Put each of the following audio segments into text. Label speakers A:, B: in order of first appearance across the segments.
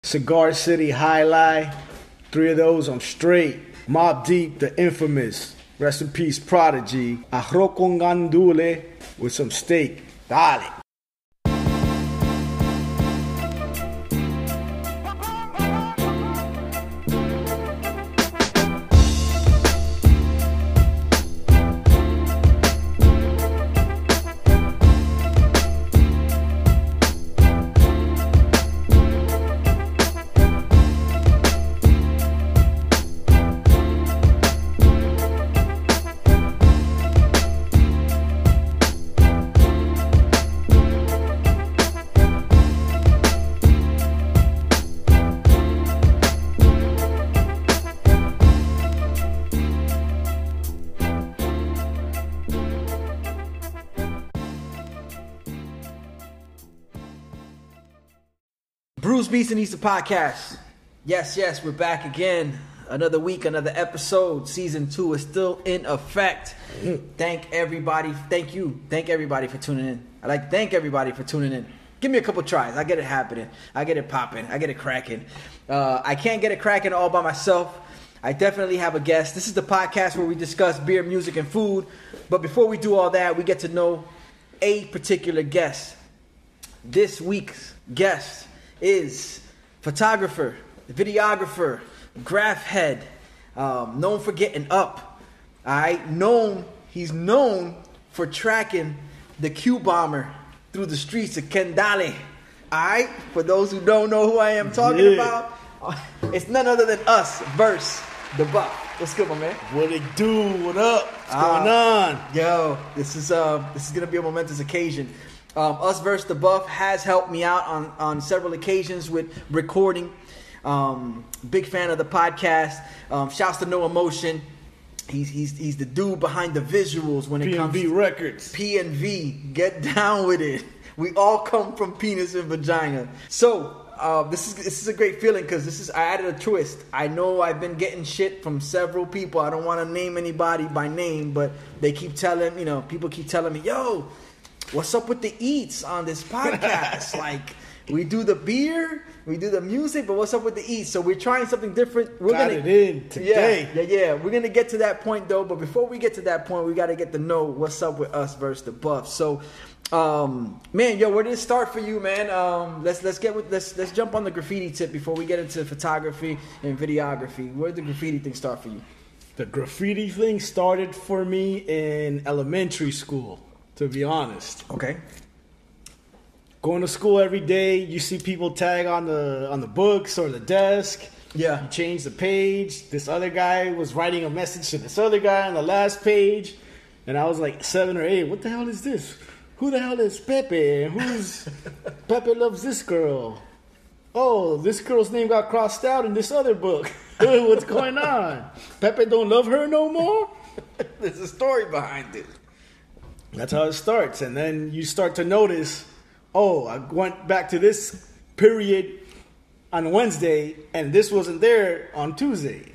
A: Cigar City High Lie, three of those on straight. Mob Deep, the infamous. Rest in peace, Prodigy. Arroz con gandule with some steak. Dale.
B: Bruce Beast and Easter Podcast. Yes, yes, we're back again. Another week, another episode. Season two is still in effect. Thank everybody. Thank you. Thank everybody for tuning in. I like to thank everybody for tuning in. Give me a couple tries. I get it happening. I get it popping. I get it cracking. Uh, I can't get it cracking all by myself. I definitely have a guest. This is the podcast where we discuss beer, music, and food. But before we do all that, we get to know a particular guest. This week's guest is photographer, videographer, graph head, um, known for getting up. All right, known he's known for tracking the Q bomber through the streets of Kendale. All right, for those who don't know who I am talking
A: Yeah.
B: about, uh, it's none other than us versus the Buck. What's good, my man?
A: What it do? What up? What's going on?
B: Yo, this is uh, this is gonna be a momentous occasion. Um, Us versus the Buff has helped me out on on several occasions with recording. Um, big fan of the podcast. Um, shouts to No Emotion. He's he's he's the dude behind the visuals when it comes
A: PNB Records.
B: P and V, get down with it. We all come from penis and vagina. So uh, this is this is a great feeling because this is I added a twist. I know I've been getting shit from several people. I don't want to name anybody by name, but they keep telling you know people keep telling me, "Yo, what's up with the eats on this podcast?" like we do the beer, we do the music, but what's up with the eats? So we're trying something different. We're
A: Got
B: gonna
A: it in today.
B: yeah, yeah, yeah. We're gonna get to that point though, but before we get to that point, we gotta get to know what's up with us versus the buff. So, um, man, yo, where did it start for you, man? Um, let's let's get with let's let's jump on the graffiti tip before we get into photography and videography. Where did the graffiti thing start for you?
A: The graffiti thing started for me in elementary school, to be honest.
B: Okay.
A: Going to school every day, you see people tag on the on the books or the desk.
B: Yeah.
A: You change the page. This other guy was writing a message to this other guy on the last page. And I was like seven or eight. What the hell is this? Who the hell is Pepe? And Who's Pepe loves this girl? Oh, this girl's name got crossed out in this other book. What's going on? Pepe don't love her no more?
B: There's a story behind it.
A: That's how it starts. And then you start to notice, oh, I went back to this period on Wednesday and this wasn't there on Tuesday.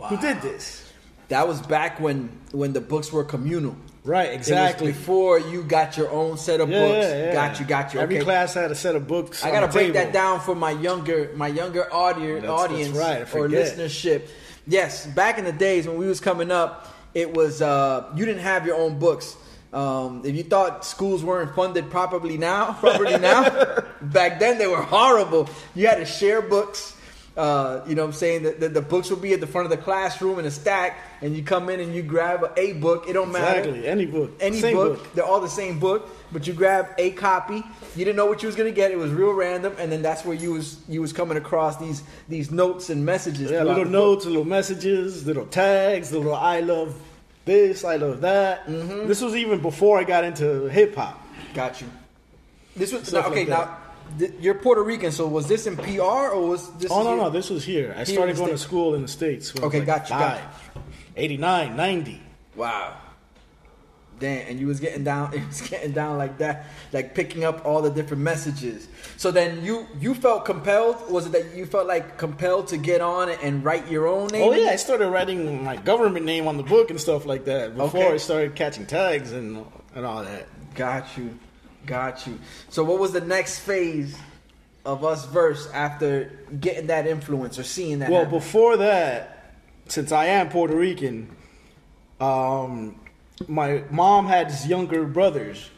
A: Who did this?
B: That was back when when the books were communal.
A: Right,
B: It was
A: exactly.
B: before you got your own set of
A: Yeah,
B: books.
A: yeah, yeah.
B: Got you, got you.
A: Every
B: okay.
A: class had a set of books.
B: I
A: on
B: gotta
A: the
B: break that
A: table.
B: down for my younger my younger audience
A: that's
B: audience
A: right, I
B: or
A: forget.
B: listenership. Yes, back in the days when we was coming up, it was uh, you didn't have your own books. Um, if you thought schools weren't funded properly now, properly now, back then they were horrible. You had to share books. Uh, you know what I'm saying? The, the, the books would be at the front of the classroom in a stack, and you come in and you grab a, a book. It don't matter
A: Exactly. Any book.
B: any
A: Same
B: book. They're all the same book, but you grab a copy. You didn't know what you was gonna get. It was real random, and then that's where you was you was coming across these these notes and messages.
A: Yeah,
B: throughout
A: little
B: the book.
A: notes, little messages, little tags, little I love this, I love that. This was even before I got into hip hop.
B: Got you. This was
A: Stuff
B: now, okay.
A: like that.
B: now th- you're Puerto Rican, so was this in PR or was this?
A: Oh,
B: is
A: no,
B: here?
A: no, this was here. I
B: the
A: started going to
B: States.
A: school in the States. When
B: Okay,
A: I was
B: got you, got you.
A: five, 89, 90.
B: Wow. Damn, and you was getting down, it was getting down like that, like picking up all the different messages. So then you you felt compelled. Was it that you felt like compelled to get on and write your own name?
A: Oh
B: in
A: yeah, I
B: it?
A: started writing my government name on the book and stuff like that before
B: Okay.
A: I started catching tags and and all that.
B: Got you. Got you. So what was the next phase of us verse after getting that influence or seeing that.
A: Well,
B: happen?
A: before that, since I am Puerto Rican, um, my mom had younger brothers.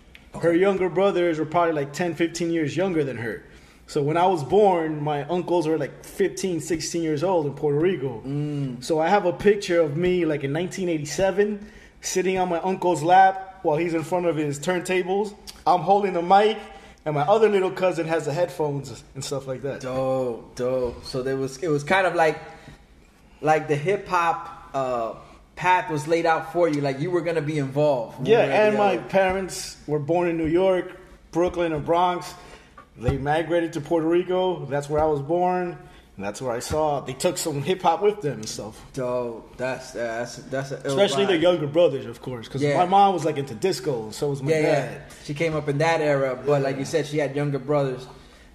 A: Her younger brothers were probably like 10, 15 years younger than her. So when I was born, my uncles were like 15, 16 years old in Puerto Rico.
B: Mm.
A: So I have a picture of me like in 1987 sitting on my uncle's lap while he's in front of his turntables. I'm holding the mic, and my other little cousin has the headphones and stuff like that.
B: Dope, dope. So there was it was kind of like like the hip hop uh path was laid out for you, like you were gonna be involved. one
A: Yeah,
B: way or the uh,
A: and my
B: other.
A: parents were born in New York, Brooklyn, and Bronx. They migrated to Puerto Rico. That's where I was born. And that's where I saw. They took some hip hop with them and stuff.
B: dope. That's that's that's a ill
A: Especially the
B: vibe.
A: younger brothers, of course, because
B: Yeah.
A: my mom was like into disco, and so was my
B: yeah,
A: dad.
B: yeah. She came up in that era, but like you said, she had younger brothers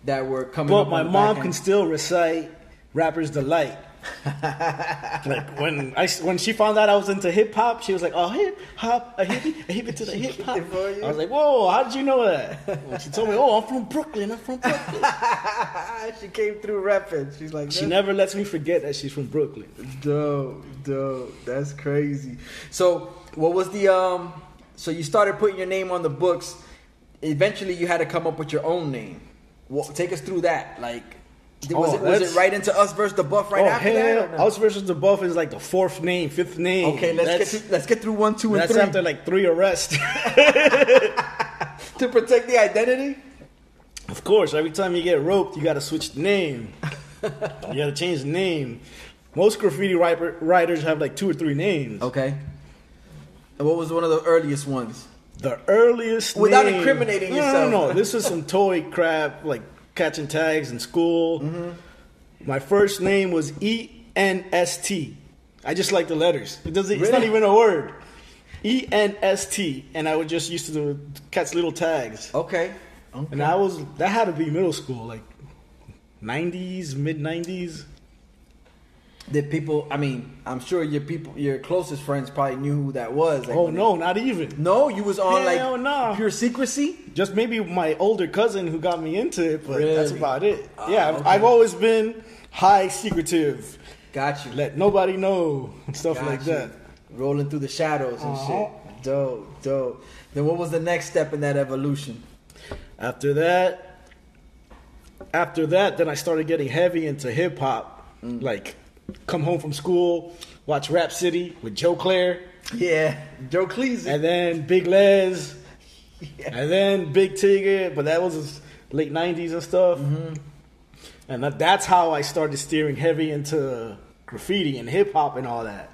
B: that were coming.
A: But
B: up
A: my
B: on the
A: mom
B: back
A: can
B: end.
A: still recite "Rappers Delight." like when I when she found out I was into hip hop, she was like, "Oh, hip hop, a hippie, a hippie to the hip hop."
B: it for you.
A: I was like, "Whoa, how did you know that?" Well, she told me, "Oh, I'm from Brooklyn. I'm from Brooklyn."
B: she came through repping. She's like,
A: She
B: "This
A: never lets me forget that she's from Brooklyn.
B: Dope, dope. That's crazy. So, what was the um? So you started putting your name on the books. Eventually, you had to come up with your own name. Well, take us through that. Like, did- was
A: Oh,
B: it was
A: that's-
B: it right into us versus the buff right
A: oh
B: after that?
A: hell,
B: or no?
A: Us versus the Buff is like the fourth name, fifth name.
B: Okay, let's
A: that's,
B: get through, let's get through one, two, and
A: that's
B: three
A: after like three arrests.
B: to protect the identity.
A: of course, every time you get roped, you got to switch the name. you got to change the name. Most graffiti writer, writers have like two or three names.
B: Okay. And what was one of the earliest ones?
A: The earliest
B: Without
A: name-
B: incriminating
A: No,
B: yourself.
A: No, no, no. This was some toy crap, like catching tags in school.
B: Mm-hmm.
A: My first name was E N S T. I just like the letters. It doesn't. It's not
B: Really?
A: even a word. E N S T, and I would just used to do- catch little tags.
B: Okay. Okay.
A: And I was that had to be middle school, like '90s, mid '90s.
B: Did people? I mean, I'm sure your people, your closest friends, probably knew who that was. Like,
A: Oh
B: when
A: no, not even.
B: No, you was on
A: Hell
B: like
A: no.
B: pure secrecy.
A: Just maybe my older cousin who got me into it, but that's
B: Really?
A: about it.
B: Ah,
A: yeah, I've,
B: okay.
A: I've always been high secretive.
B: Got you.
A: let nobody know and stuff
B: Got
A: like
B: you.
A: that.
B: Rolling through the shadows and
A: Uh-huh.
B: shit. Dope, dope. Then what was the next step in that evolution?
A: After that, after that, then I started getting heavy into hip hop.
B: Mm.
A: Like, come home from school, watch Rap City with Joe Claire,
B: Yeah, Joe Cleese.
A: and then Big Les,
B: Yeah.
A: and then Big Tigger. But that was late '90s and stuff. And that, that's how I started steering heavy into graffiti and hip hop and all that.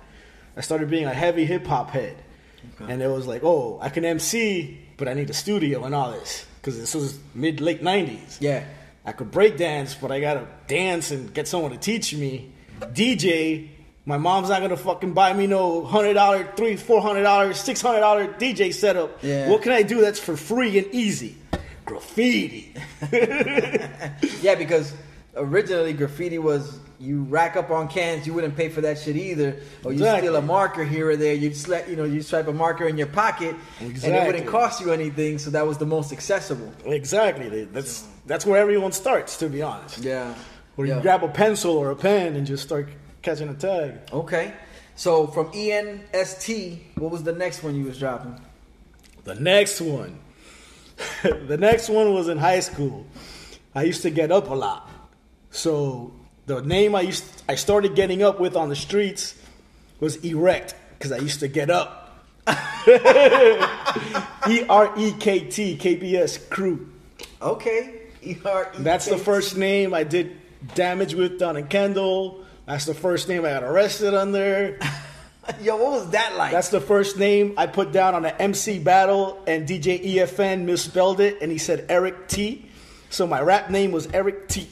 A: I started being a heavy hip hop head. And it was like, oh, I can MC, but I need a studio and all this. Because this was mid late 90s.
B: Yeah,
A: I could break dance, but I gotta dance and get someone to teach me. DJ, my mom's not gonna fucking buy me no hundred dollar, three, four hundred dollars, six hundred dollar DJ setup.
B: Yeah.
A: What can I do that's for free and easy? Graffiti.
B: yeah, because originally graffiti was you rack up on cans, you wouldn't pay for that shit either, or you
A: Exactly.
B: steal a marker here or there. You'd sla- you know you swipe a marker in your pocket, and it
A: Exactly.
B: wouldn't cost you anything. So that was the most accessible.
A: Exactly. That's that's where everyone starts, to be honest.
B: Yeah,
A: Where
B: Yeah.
A: you grab a pencil or a pen and just start catching a tag.
B: Okay. So from E ENST, what was the next one you was dropping?
A: The next one. the next one was in high school. I used to get up a lot. So the name I used I started getting up with on the streets was Erect cuz I used to get up. E R E K T K B S crew.
B: Okay. E E-R-E-K.
A: That's the first name I did damage with down in Kendall. That's the first name I got arrested under.
B: Yo, what was that like?
A: That's the first name I put down on an MC battle, and DJ EFN misspelled it, and he said Eric T. So my rap name was Eric T.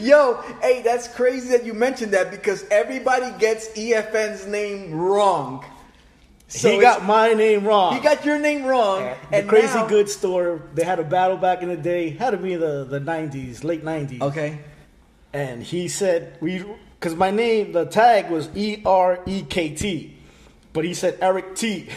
B: Yo, hey, that's crazy that you mentioned that because everybody gets EFN's name wrong. So
A: he
B: it's-
A: got my name wrong.
B: he got your name wrong.
A: the
B: and
A: Crazy
B: now-
A: Goods store. They had a battle back in the day. Had to be the the '90s, late '90s.
B: Okay.
A: And he said we, because my name, the tag was E R E K T. but he said Eric T.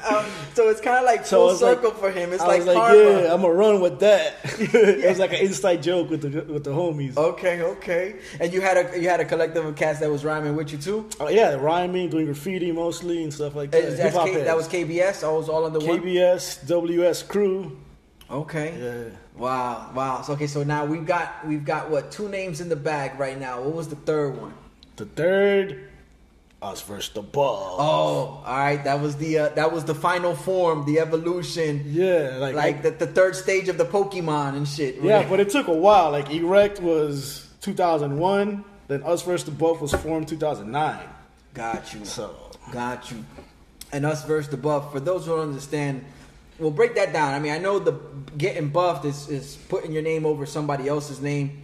B: Um, so it's kind of like
A: So
B: full
A: it's like-
B: circle for him. It's
A: I
B: like,
A: was like,
B: karma.
A: yeah, I'm gonna run with that. it was like an inside joke with the with the homies. Oh.
B: Okay, okay. And you had a you had a collective of cats that was rhyming with you too.
A: Oh, yeah, rhyming, doing graffiti mostly and stuff like that.
B: Is- that's
A: Hip-hop
B: K-
A: heads.
B: that was KBS. I was all under one.
A: KBS, WS Crew.
B: Okay.
A: Yeah.
B: Wow, wow. So okay, so now we've got we've got what two names in the bag right now. What was the third one?
A: The third, us versus the ball.
B: Oh, all right. That was the uh, that was the final form, the evolution,
A: Yeah, like,
B: like the, the third stage of the Pokemon and shit.
A: yeah, but it took a while. Like Erect was 2001, then Us versus the Buff was formed 2009.
B: got you.
A: So
B: Got you. And us versus the buff. For those who don't understand, we'll break that down. I mean, I know the getting buffed is, is putting your name over somebody else's name.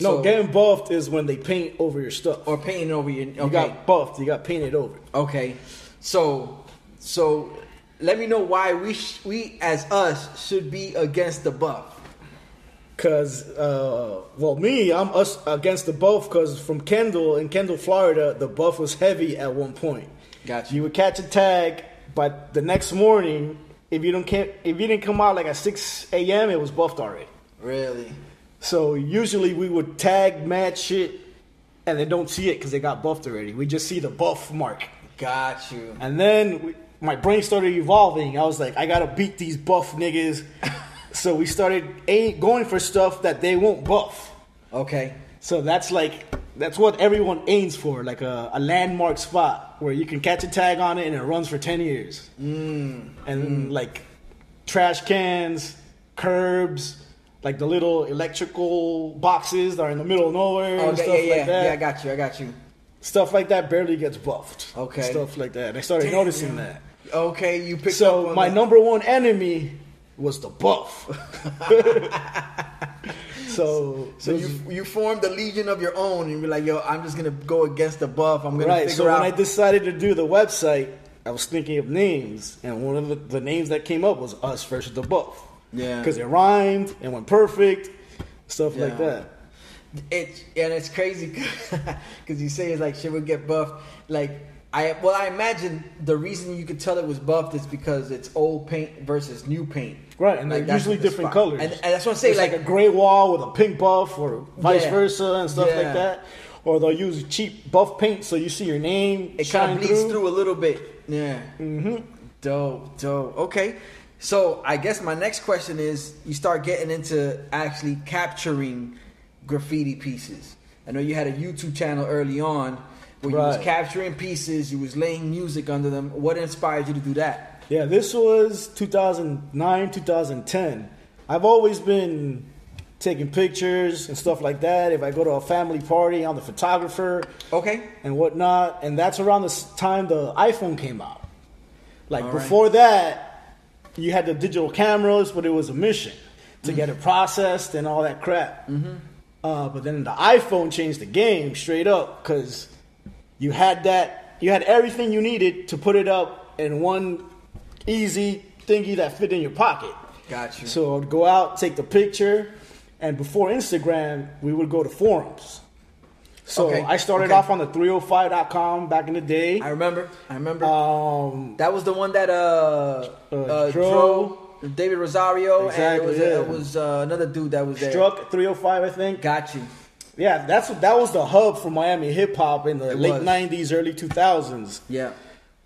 A: no,
B: So-
A: getting buffed is when they paint over your stuff.
B: or painting over your. Okay.
A: You got buffed, you got painted over.
B: okay. So, so let me know why we sh- we as us should be against the buff.
A: Cause, uh, well, me, I'm us against the buff. Cause from Kendall in Kendall, Florida, the buff was heavy at one point.
B: Gotcha.
A: You would catch a tag, but the next morning, if you don't can if you didn't come out like at 6 a.m., it was buffed already.
B: Really?
A: So usually we would tag mad shit, and they don't see it because they got buffed already. We just see the buff mark,
B: Got you.
A: and then we, my brain started evolving. I was like, I gotta beat these buff niggas. so we started ain't going for stuff that they won't buff.
B: Okay.
A: So that's like that's what everyone aims for, like a, a landmark spot where you can catch a tag on it and it runs for ten years. Mm. And like trash cans, curbs, like the little electrical boxes that are in the middle of nowhere
B: Oh,
A: and
B: yeah,
A: stuff
B: yeah,
A: like
B: yeah.
A: that.
B: yeah. I got you. I got you.
A: stuff like that barely gets buffed.
B: Okay.
A: Stuff like that. And I started
B: Damn,
A: noticing
B: yeah.
A: that.
B: Okay, you picked up.
A: So
B: on
A: my
B: that.
A: number one enemy was the buff. so,
B: So you you formed a legion of your own, and you're like, yo, I'm just gonna go against the buff. I'm gonna
A: Right.
B: figure
A: So
B: out.
A: when I decided to do the website, I was thinking of names, and one of the, the names that came up was Us versus the Buff.
B: Yeah.
A: Because it rhymed and went perfect, stuff like
B: Yeah.
A: that.
B: it and it's crazy because you say it's like shit would get buffed. Like I well, I imagine the reason you could tell it was buffed is because it's old paint versus new paint.
A: Right, and they're
B: that's
A: usually
B: the
A: different
B: spot.
A: colors.
B: and, and that's what I'm saying.
A: It's
B: Like,
A: like, a gray wall with a pink buff, or vice
B: Yeah.
A: versa, and stuff
B: Yeah.
A: like that. Or they'll use cheap buff paint, so you see your name
B: it kind
A: shine
B: of bleeds through. a little bit. Yeah. Mm-hmm. Dope, dope. Okay. So I guess my next question is: You start getting into actually capturing graffiti pieces. I know you had a YouTube channel early on where you was
A: Right.
B: capturing pieces, you was laying music under them. What inspired you to do that?
A: Yeah, this was 2009, 2010. I've always been taking pictures and stuff like that. If I go to a family party, I'm the photographer
B: Okay.
A: and whatnot. And that's around the s- time the iPhone came out. Like
B: All right.
A: before that, you had the digital cameras, but it was a mission to get
B: Mm-hmm.
A: it processed and all that crap. Uh, but then the iPhone changed the game straight up because you had that, you had everything you needed to put it up in one easy thingy that fit in your pocket.
B: Got you.
A: So I'd go out, take the picture, and before Instagram, we would go to forums. So
B: Okay,
A: I started
B: okay.
A: off on the 305.com back in the day.
B: I remember. I remember.
A: Um,
B: that was the one that uh, uh,
A: Uh,
B: Dro,
A: Dro.
B: David Rosario, and it
A: Exactly,
B: was,
A: yeah.
B: it was uh, another dude that was there.
A: Struck 305, I think.
B: Got you.
A: Yeah, that's that was the hub for Miami hip hop in the
B: It
A: late
B: was.
A: 90s, early 2000s.
B: Yeah.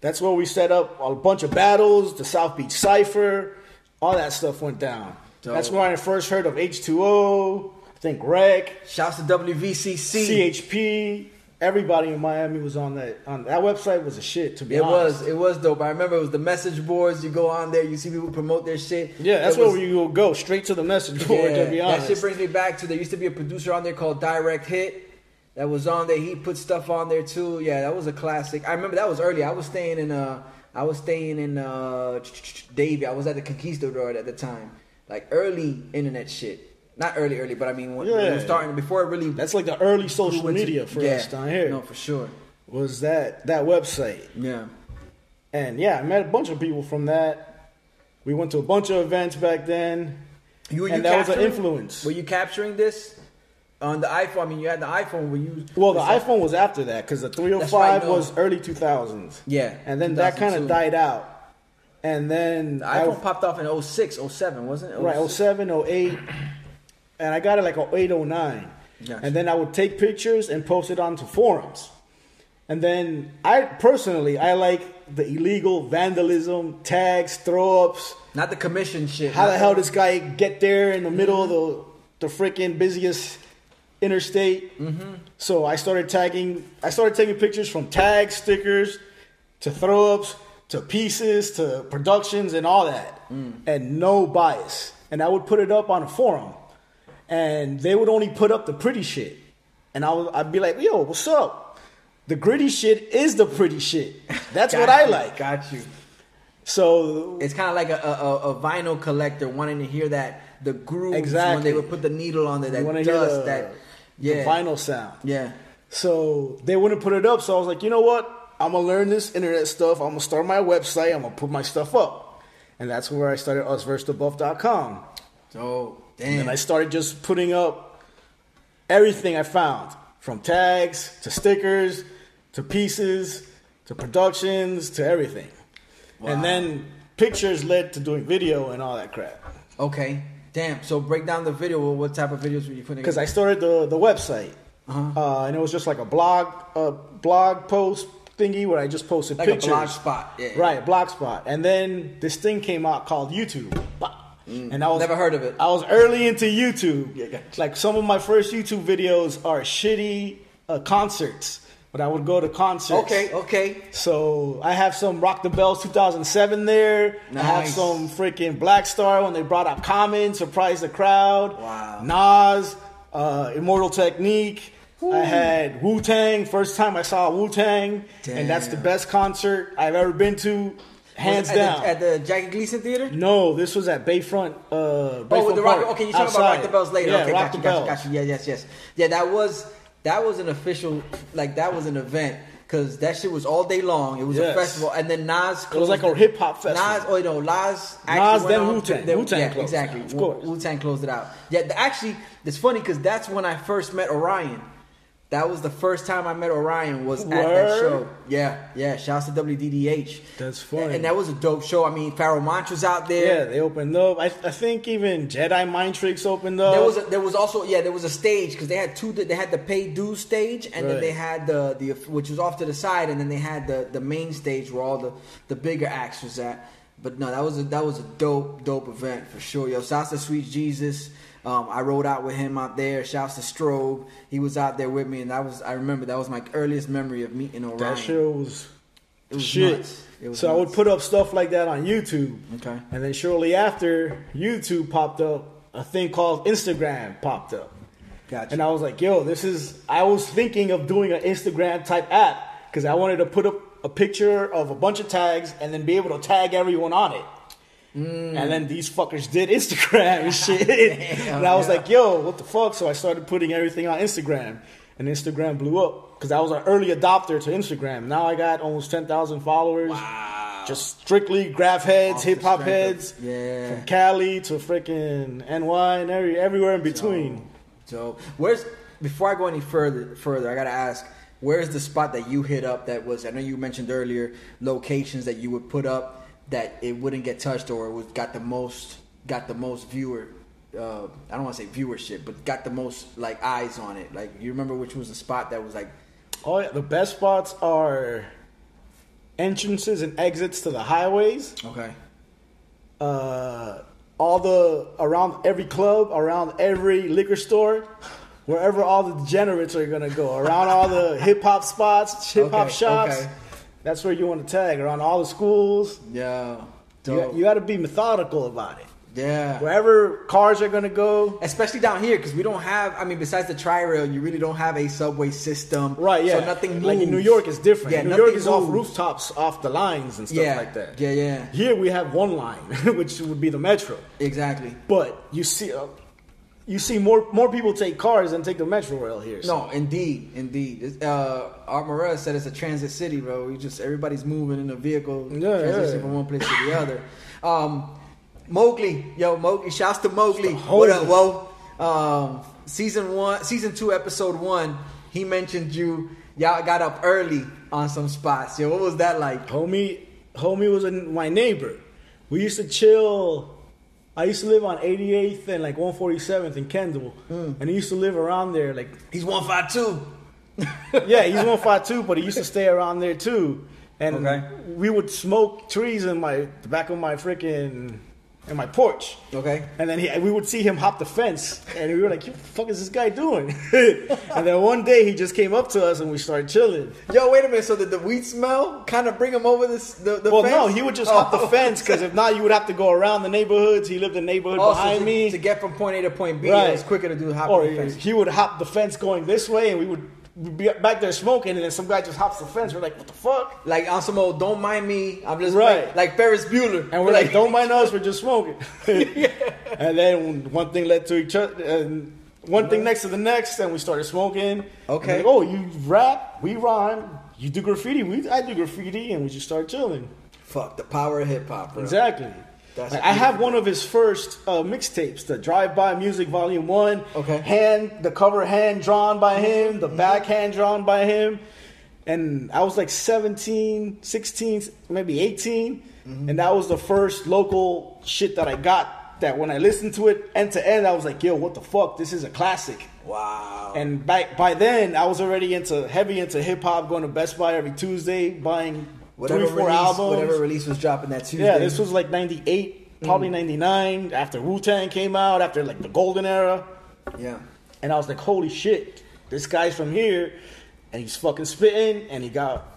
A: That's where we set up a bunch of battles, the South Beach Cypher, all that stuff went down.
B: Dope.
A: That's where I first heard of H2O, I think Rec,
B: Shouts to WVCC.
A: CHP. Everybody in Miami was on that. On that website was a shit to be
B: It
A: honest.
B: was it was dope. I remember it was the message boards. You go on there, you see people promote their shit.
A: Yeah, that's
B: It was-
A: where you will go straight to the message board.
B: yeah,
A: to be
B: that
A: honest,
B: shit brings me back to there used to be a producer on there called Direct Hit that was on there. He put stuff on there too. Yeah, that was a classic. I remember that was early. I was staying in uh I was staying in uh Davy. I was at the Conquistador at the time. Like early internet shit. Not early, early, but I mean when, when it was
A: Yeah.
B: starting before it really
A: that's like the early social
B: went to-
A: media for
B: yeah,
A: us down here.
B: No, for sure.
A: Was that that website?
B: Yeah.
A: And yeah, I met a bunch of people from that. We went to a bunch of events back then.
B: You,
A: And that was an
B: capturing-
A: influence.
B: Were you capturing this? on the iPhone. I mean, you had the iPhone where you
A: Well, the
B: it's like-
A: iPhone was after that because the 305
B: right, no.
A: was early 2000s.
B: Yeah,
A: And then that kind of
B: 2002.
A: died out. And then
B: The
A: I-
B: iPhone popped off in 06, 07, wasn't it? Oh
A: right 07, 08. And I got it like 08, 09.
B: Gotcha.
A: And then I would take pictures and post it onto forums. And then I personally, I like the illegal vandalism, tags, throw ups.
B: Not the commission shit.
A: How the
B: not
A: hell does guy get there in the middle of the the freaking busiest interstate? So I started tagging. I started taking pictures from tags, stickers, to throw ups, to pieces, to productions, and all that,
B: Mm.
A: and no bias. And I would put it up on a forum, and they would only put up the pretty shit. And I would, I'd be like, "Yo, what's up?" The gritty shit is the pretty shit. That's
B: Got
A: what I
B: you,
A: like.
B: Got you.
A: So
B: It's kind of like a, a, a- a vinyl collector wanting to hear that the grooves when
A: Exactly.
B: they would put the needle on there,
A: you want to
B: that
A: hear
B: dust,
A: the,
B: that
A: the
B: yeah,
A: vinyl sound.
B: yeah.
A: So they wouldn't put it up. So I was like, you know what? I'm gonna learn this internet stuff. I'm gonna start my website. I'm gonna put my stuff up, and that's where I started usversabuff.com.
B: So
A: And
B: damn,
A: I started just putting up everything I found, from tags to stickers to pieces to productions to everything.
B: Wow.
A: And then pictures led to doing video and all that crap.
B: okay, damn. So break down the video. Well, What type of videos were you putting?
A: because I started the the website,
B: Uh-huh.
A: uh, and it was just like a blog uh, blog post thingy where I just posted
B: like
A: pictures,
B: a blog spot, yeah.
A: right? Blog spot, and then this thing came out called YouTube, Bah. and I was
B: Mm. Never heard of it.
A: I was early into YouTube.
B: Yeah, gotcha.
A: Like some of my first YouTube videos are shitty uh, concerts, but I would go to concerts.
B: Okay, okay.
A: So I have some Rock the Bells 2007 there. I have
B: Nice.
A: some freaking Black Star when they brought out Common, surprised the crowd.
B: Wow.
A: Nas, uh, Immortal Technique. I had Wu Tang. First time I saw Wu Tang, and that's the
B: Damn.
A: best concert I've ever been to, hands
B: Was it
A: down.
B: at the, at the Jackie Gleason Theater.
A: no, this was at Bayfront. Uh, Bayfront
B: oh, with the rock.
A: Park,
B: Okay, you're talking about
A: outside.
B: rock the bells later.
A: Yeah,
B: okay,
A: rock
B: got
A: the
B: you, got
A: bells.
B: you, got you. Yeah, yes, yes. Yeah, that was that was an official like that was an event because that shit was all day long. It was
A: Yes.
B: a festival, and then Nas. Closed
A: like a
B: it.
A: hip-hop festival.
B: Nas, oh no, Nas.
A: Nas,
B: actually went
A: then
B: on to-
A: Wu-Tang.
B: then-
A: Wu-Tang
B: yeah,
A: closed it,
B: exactly.
A: of course.
B: Wu Tang closed it out. Yeah, th- actually, it's funny because that's when I first met Orion. That was the first time I met Orion was at that
A: Word?
B: show. Yeah, yeah. Shouts to WDDH.
A: That's funny.
B: And that was a dope show. I mean, Pharaoh Montrose out there.
A: Yeah, they opened up. I, I think even Jedi Mind Tricks opened up.
B: There was a, there was also yeah there was a stage because they had two they had the pay dues stage and then
A: Right.
B: they had the the which was off to the side and then they had the the main stage where all the the bigger acts was at. But no, that was a that was a dope dope event for sure. Yo, shouts to Sweet Jesus. Um, I rode out with him out there. Shouts to Strobe. He was out there with me, and that was I remember that was my earliest memory of meeting Orion.
A: That show was,
B: It was
A: shit.
B: nuts. It was
A: so I would
B: nuts.
A: put up stuff like that on YouTube.
B: Okay.
A: And then shortly after YouTube popped up, a thing called Instagram popped up.
B: Gotcha.
A: And I was like, yo, this is. I was thinking of doing an Instagram type app because I wanted to put up a picture of a bunch of tags and then be able to tag everyone on it.
B: Mm.
A: And then these fuckers did Instagram and shit.
B: Damn,
A: and I was
B: yeah.
A: like, yo, what the fuck? So I started putting everything on Instagram. And Instagram blew up because I was an early adopter to Instagram. Now I got almost 10,000 followers.
B: Wow.
A: Just strictly graph heads,
B: Off the
A: hip hop
B: strength of-
A: heads.
B: yeah.
A: From Cali to freaking NY and every, everywhere in between.
B: So where's before I go any further further, I gotta ask, where's the spot that you hit up that was I know you mentioned earlier locations that you would put up that it wouldn't get touched or was got the most got the most viewer uh, I don't want to say viewership, but got the most like eyes on it. Like you remember which was the spot that was like
A: Oh yeah, the best spots are entrances and exits to the highways.
B: okay,
A: Uh, all the around every club, around every liquor store, wherever all the degenerates are gonna go, around all the hip hop spots, hip hop
B: Okay,
A: shops.
B: okay.
A: That's where you want to tag around all the schools.
B: yeah,
A: You, you got to be methodical about it.
B: yeah.
A: Wherever cars are gonna go,
B: Especially down here, because we don't have. I mean, besides the tri rail, you really don't have a subway system.
A: right? Yeah,
B: So nothing moves.
A: like in New York is different.
B: Yeah,
A: New
B: nothing
A: York is off
B: moves.
A: rooftops, off the lines and stuff
B: yeah.
A: like that.
B: Yeah, yeah.
A: Here we have one line, which would be the metro.
B: Exactly.
A: But you see, uh, you see more more people take cars than take the metro rail here. so-
B: No, indeed, indeed. It's, Uh, Art Morel said it's a transit city, bro. We just everybody's moving in a vehicle,
A: Yeah,
B: transition
A: yeah.
B: from one place to the other. Um, Mowgli, yo, Mowgli, shouts to Mowgli.
A: It's the
B: What up,
A: homie.
B: Wo? um, season one, season two, episode one, he mentioned you. Y'all got up early on some spots. Yo, what was that like?
A: Homie, homie was in my neighbor. We used to chill. I used to live on 88th and like 147th in Kendall,
B: Hmm.
A: and he used to live around there. Like,
B: He's one five two.
A: yeah, he's 152, but he used to stay around there too. And
B: Okay.
A: we would smoke trees in my the back of my freaking in my porch.
B: Okay.
A: And then he, we would see him hop the fence, and we were like, "What the fuck is this guy doing?" and then one day he just came up to us, and we started chilling.
B: Yo, wait a minute. So did the weed smell kind of bring him over this the, the
A: well,
B: fence? Oh.
A: no, he would just hop the fence because if not, you would have to go around the neighborhoods. He lived in the neighborhood
B: Also,
A: behind
B: to,
A: me,
B: to get from point A to point B,
A: Right.
B: it was quicker to do hop
A: or
B: the fence.
A: he would hop the fence going this way, and we would be back there smoking, and then some guy just hops the fence. We're like, "What the fuck?"
B: Like on some old, don't mind me. I'm just
A: Right.
B: like, like Ferris Bueller,
A: And we're like, "Don't mind us, we're just smoking." and then one thing led to each other, and one thing next to the next, and we started smoking.
B: Okay.
A: And like, oh, you rap, we rhyme. You do graffiti, we I do graffiti, and we just start chilling.
B: fuck the power of hip hop, bro.
A: Exactly.
B: That's
A: Like, I have one of his first uh, mixtapes, the Drive By Music Volume One.
B: Okay. Mm-hmm.
A: Hand, the cover hand drawn by him, the back hand drawn by him, and I was like 17, 16, maybe 18,
B: Mm-hmm.
A: and that was the first local shit that I got. That when I listened to it end to end, I was like, "Yo, what the fuck? This is a classic."
B: Wow.
A: And back by then, I was already into heavy into hip hop, going to Best Buy every Tuesday, buying
B: whatever
A: three, four
B: release,
A: albums.
B: whatever release was dropping that Tuesday.
A: Yeah, this was like '98, probably
B: Mm.
A: '99, after Wu Tang came out, after like the golden era,
B: yeah.
A: and I was like, "Holy shit, this guy's from here, and he's fucking spitting, and he got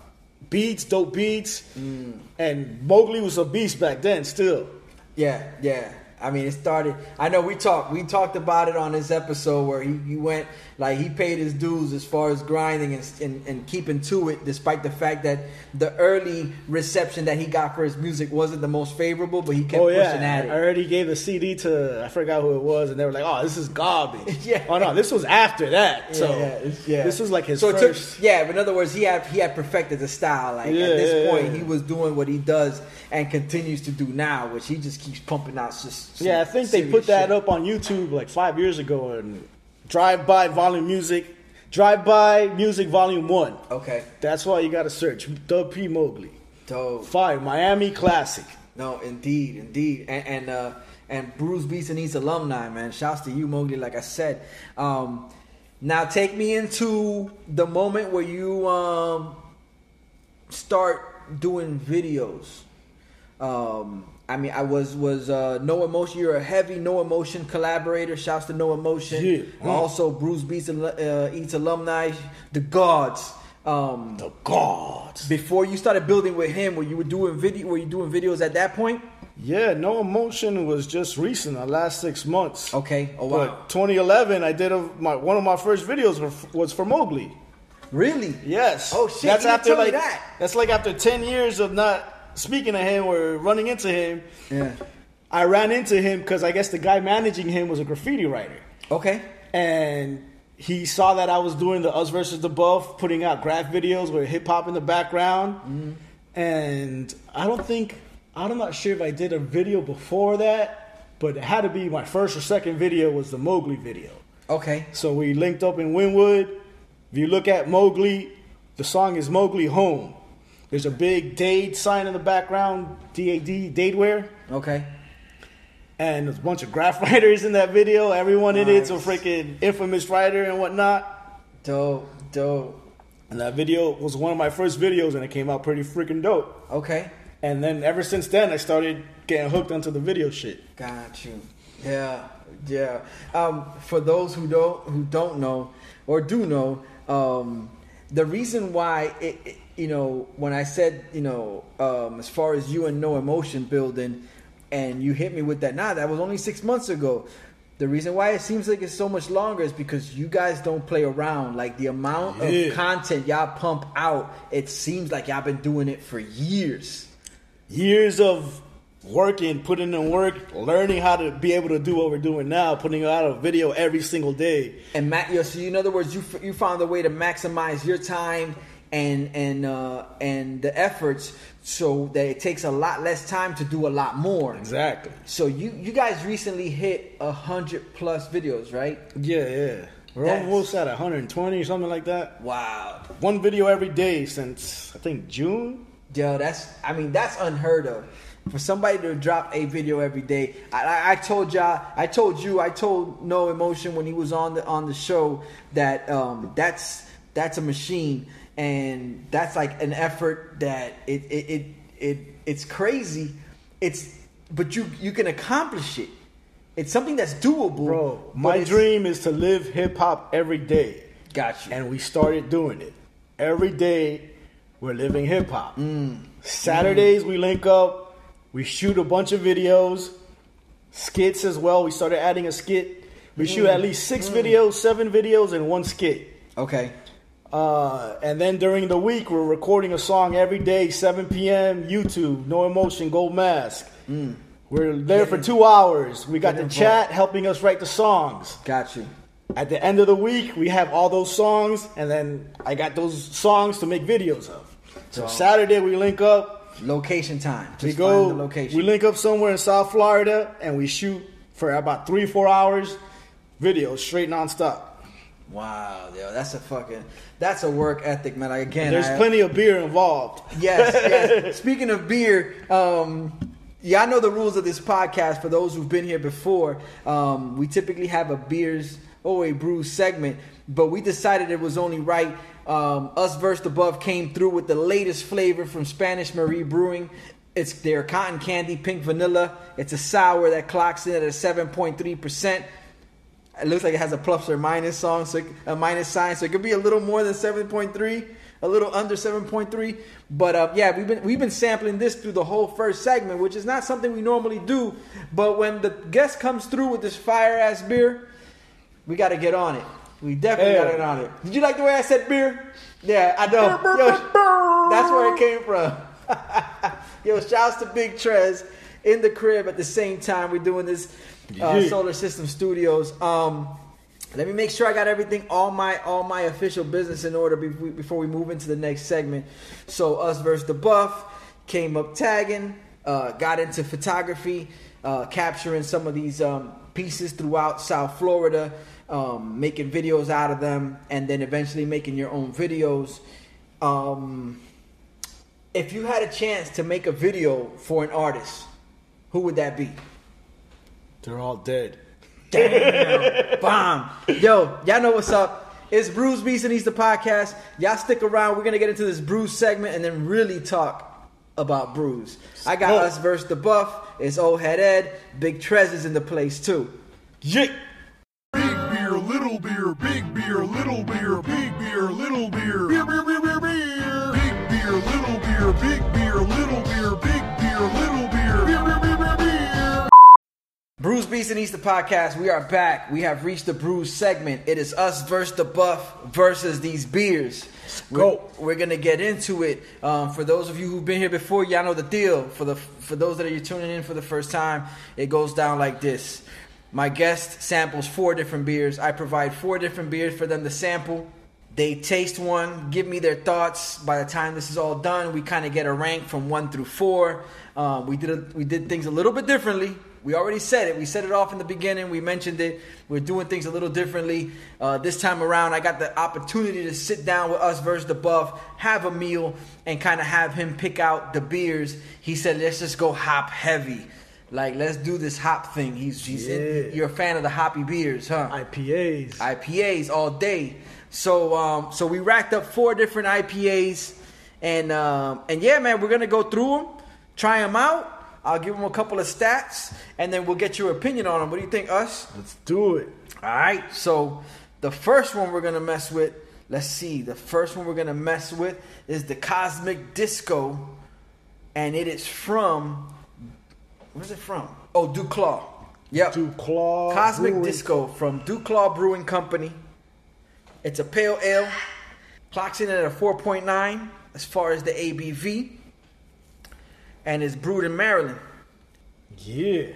A: beats, dope beats,
B: Mm.
A: and Mowgli was a beast back then, still."
B: Yeah, yeah. I mean, it started. I know we talked. We talked about it on this episode where he, he went like he paid his dues as far as grinding and, and and keeping to it, despite the fact that the early reception that he got for his music wasn't the most favorable. But he kept
A: oh yeah,
B: pushing at
A: I
B: it.
A: already gave the CD to I forgot who it was, and they were like, "Oh, this is garbage."
B: Yeah.
A: Oh no, this was after that, so
B: yeah, it's- yeah.
A: this was like his
B: So it took,
A: first.
B: yeah. but In other words, he had he had perfected the style. Like
A: Yeah,
B: at
A: yeah,
B: this
A: yeah,
B: point,
A: yeah.
B: he was doing what he does and continues to do now, which he just keeps pumping out. Just some
A: Yeah, I think they
B: serious
A: put that
B: shit.
A: up on YouTube like five years ago. And Drive By Volume Music, Drive By Music Volume One.
B: Okay,
A: That's why you gotta search Doug P. Mowgli.
B: dope.
A: Fire Miami Classic.
B: No, indeed, indeed, and and uh, and Bruce Beats and East alumni, man. Shouts to you, Mowgli. Like I said, um, now take me into the moment where you um, start doing videos. Um, I mean, I was was uh, no emotion. You're a heavy no emotion collaborator. Shouts to no emotion.
A: Yeah.
B: Also, Bruce Beats and uh, Eats alumni, the gods. Um,
A: The gods.
B: before you started building with him, where you were doing video, were you doing videos at that point?
A: Yeah, No Emotion was just recent, the last six months.
B: Okay. Oh wow.
A: But 2011, I did a, my one of my first videos were, was for Mowgli.
B: really?
A: Yes.
B: Oh, shit, you didn't tell me
A: like
B: that.
A: that's like after 10 years of not speaking to him or running into him.
B: Yeah.
A: I ran into him because I guess the guy managing him was a graffiti writer.
B: Okay.
A: and he saw that I was doing the Us versus the Buff, putting out graph videos with hip hop in the background. And I don't think I'm not sure if I did a video before that, but it had to be my first or second video was the Mowgli video.
B: Okay.
A: So we linked up in Wynwood. If you look at Mowgli, the song is Mowgli Home. There's a big Dade sign in the background, D A D Dadeware
B: Okay.
A: and there's a bunch of graph writers in that video. Everyone in it's a
B: Nice.
A: freaking infamous writer and whatnot.
B: Dope. Dope.
A: And that video was one of my first videos, and it came out pretty freaking dope.
B: Okay.
A: And then ever since then, I started getting hooked onto the video shit.
B: Got you. Yeah. Yeah. Um, for those who don't who don't know or do know, um, the reason why it, it you know when I said you know um, as far as you and no emotion building, and you hit me with that. Nah, that was only six months ago. The reason why it seems like it's so much longer is because you guys don't play around. Like the amount
A: Yeah.
B: of content y'all pump out, it seems like y'all been doing it for years.
A: Years of working, putting in work, learning how to be able to do what we're doing now, putting out a video every single day.
B: And Matt, yo, so you- in other words, you f- you found a way to maximize your time and and uh, and the efforts so that it takes a lot less time to do a lot more.
A: Exactly.
B: So you you guys recently hit a hundred plus videos, right?
A: Yeah, yeah. We're
B: That's-
A: almost at 120 or something like that.
B: Wow,
A: One video every day since I think June.
B: yo, that's I mean that's unheard of. For somebody to drop a video every day, I, I, I told y'all, I told you, I told No Emotion when he was on the on the show that um, that's that's a machine, and that's like an effort that it it it, it it's crazy, it's but you you can accomplish it. It's something that's doable,
A: Bro,
B: but
A: my
B: it's-
A: dream is to live hip hop every day.
B: Got you.
A: And we started doing it. Every day, we're living hip hop.
B: Mm.
A: Saturdays, we link up, we shoot a bunch of videos, skits as well. We started adding a skit. We shoot
B: Mm.
A: at least six videos, seven videos, and one skit.
B: Okay.
A: Uh, and then during the week, we're recording a song every day, 7 p.m. YouTube, No Emotion, Gold Mask. We're there for two hours. We got
B: Get
A: the
B: Mm. involved.
A: chat helping us write the songs.
B: Got you.
A: At the end of the week, we have all those songs, and then I got those songs to make videos of. So
B: Wow.
A: Saturday, we link up.
B: Location time. Just
A: we
B: find the
A: go.
B: location.
A: We link up somewhere in South Florida, and we shoot for about three, four hours, videos straight nonstop.
B: wow, yo, that's a fucking that's a work ethic, man. Like, again,
A: There's
B: I-
A: plenty of beer involved.
B: Yes, yes. Speaking of beer, um, yeah, I know the rules of this podcast. For those who've been here before, um, we typically have a beers or a brew segment, but we decided it was only right. Um, Us Versed Above came through with the latest flavor from Spanish Marie Brewing. It's their cotton candy, pink vanilla. It's a sour that clocks in at a 7.3%. It looks like it has a plus or minus song, so it, a minus sign, so it could be a little more than seven point three, a little under seven point three. But uh, yeah, we've been we've been sampling this through the whole first segment, which is not something we normally do. But when the guest comes through with this fire ass beer, we got to get on it. We definitely
A: Hell.
B: got to get on it. Did you like the way I said beer? Yeah, I know. Yo, that's where it came from. Yo, shouts to Big Trez in the crib at the same time we're doing this uh,
A: Yeah.
B: Solar System Studios. Um, let me make sure I got everything, all my all my official business in order before we, before we move into the next segment. So us versus the Buff came up tagging, uh, got into photography, uh, capturing some of these um, pieces throughout South Florida, um, making videos out of them, and then eventually making your own videos. Um, if you had a chance to make a video for an artist, who would that be?
A: They're all dead.
B: Damn. Bomb. Yo, y'all know what's up. It's Bruce Beast and He's the Podcast. Y'all stick around. We're going to get into this Bruce segment and then really talk about Bruce. I got
A: Smoke.
B: us versus the buff. It's Old Head Ed. Big Trez is in the place too.
A: Yeah.
C: Big beer, little beer, big beer, little beer, big beer, little beer. Beer, beer, beer, beer, beer. Big beer, little beer, big beer, little beer, big beer, little beer. Beer, beer, beer, beer, beer.
B: Bruce Beast and Easter Podcast, we are back. We have reached the Bruce segment. It is us versus the buff versus these beers.
A: go.
B: We're, we're gonna get into it. Um, for those of you who've been here before, y'all know the deal. For the for those that are tuning in for the first time, it goes down like this. My guest samples four different beers. I provide four different beers for them to sample. They taste one, give me their thoughts. By the time this is all done, we kind of get a rank from one through four. Um, we did a, we did things a little bit differently. We already said it. We said it off in the beginning. We mentioned it. We're doing things a little differently uh, this time around. I got the opportunity to sit down with us versus the buff, have a meal, and kind of have him pick out the beers. He said, "Let's just go hop heavy." Like let's do this hop thing. He's, he's in,
A: Yeah.
B: you're a fan of the hoppy beers, huh?
A: IPAs.
B: IPAs all day. So um, so we racked up four different IPAs, and um, and yeah, man, we're gonna go through them, try them out. I'll give them a couple of stats, and then we'll get your opinion on them. What do you think, us?
A: Let's do it.
B: All right. So the first one we're gonna mess with. Let's see. The first one we're gonna mess with is the Cosmic Disco, and it is from. Where's it from? Oh, Duclaw. Yep.
A: Do claw.
B: Cosmic
A: Brewing.
B: Disco from Duclaw Brewing Company. It's a pale ale. Clocks in at a 4.9 as far as the ABV. And it's brewed in Maryland.
A: Yeah.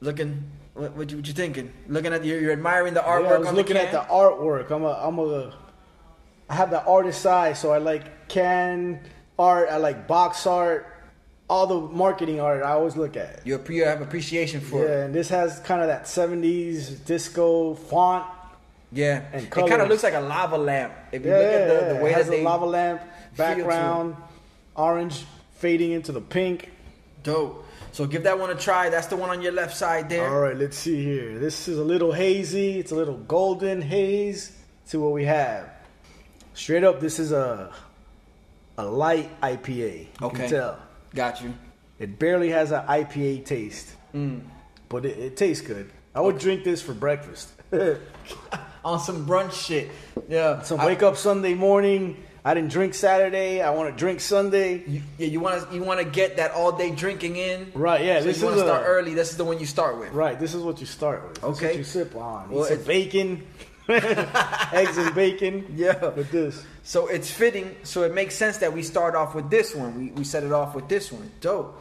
B: Looking, what, what, you, what you thinking? Looking at, you're, you're admiring the
A: Yeah,
B: artwork
A: I was
B: on
A: looking
B: the
A: at the
B: can?
A: artwork. I'm a, I'm a I have that artist eye, so I like can art, I like box art, all the marketing art I always look at.
B: You app- you have appreciation for
A: Yeah,
B: it.
A: and this has kind of that 70s disco font.
B: Yeah.
A: And
B: it kind
A: colors.
B: of looks like a lava lamp. If you
A: Yeah,
B: look at the,
A: yeah,
B: the
A: yeah.
B: way
A: it has
B: that they
A: a lava lamp
B: to it.
A: background, orange fading into the pink.
B: dope. So give that one a try. That's the one on your left side there.
A: All right, let's see here. This is a little hazy. It's a little golden haze to what we have. Straight up, this is a a light IPA. You
B: Okay.
A: can tell
B: Got you.
A: it barely has an IPA taste,
B: Mm.
A: but it, it tastes good. I would drink this for breakfast.
B: On some brunch shit. Yeah.
A: so
B: I-
A: wake up Sunday morning. I didn't drink Saturday. I want to drink Sunday.
B: You, yeah, you want to you want to get that all day drinking in.
A: Right, yeah,
B: So
A: this
B: you want
A: is
B: to start
A: a-
B: early. This is the one you start with.
A: Right. This is what you start with. This is
B: Okay.
A: what you sip on.
B: Well,
A: Eat some
B: it-
A: bacon, eggs and bacon.
B: Yeah.
A: With this.
B: So it's fitting. So it makes sense that we start off with this one. We, we set it off with this one. Dope,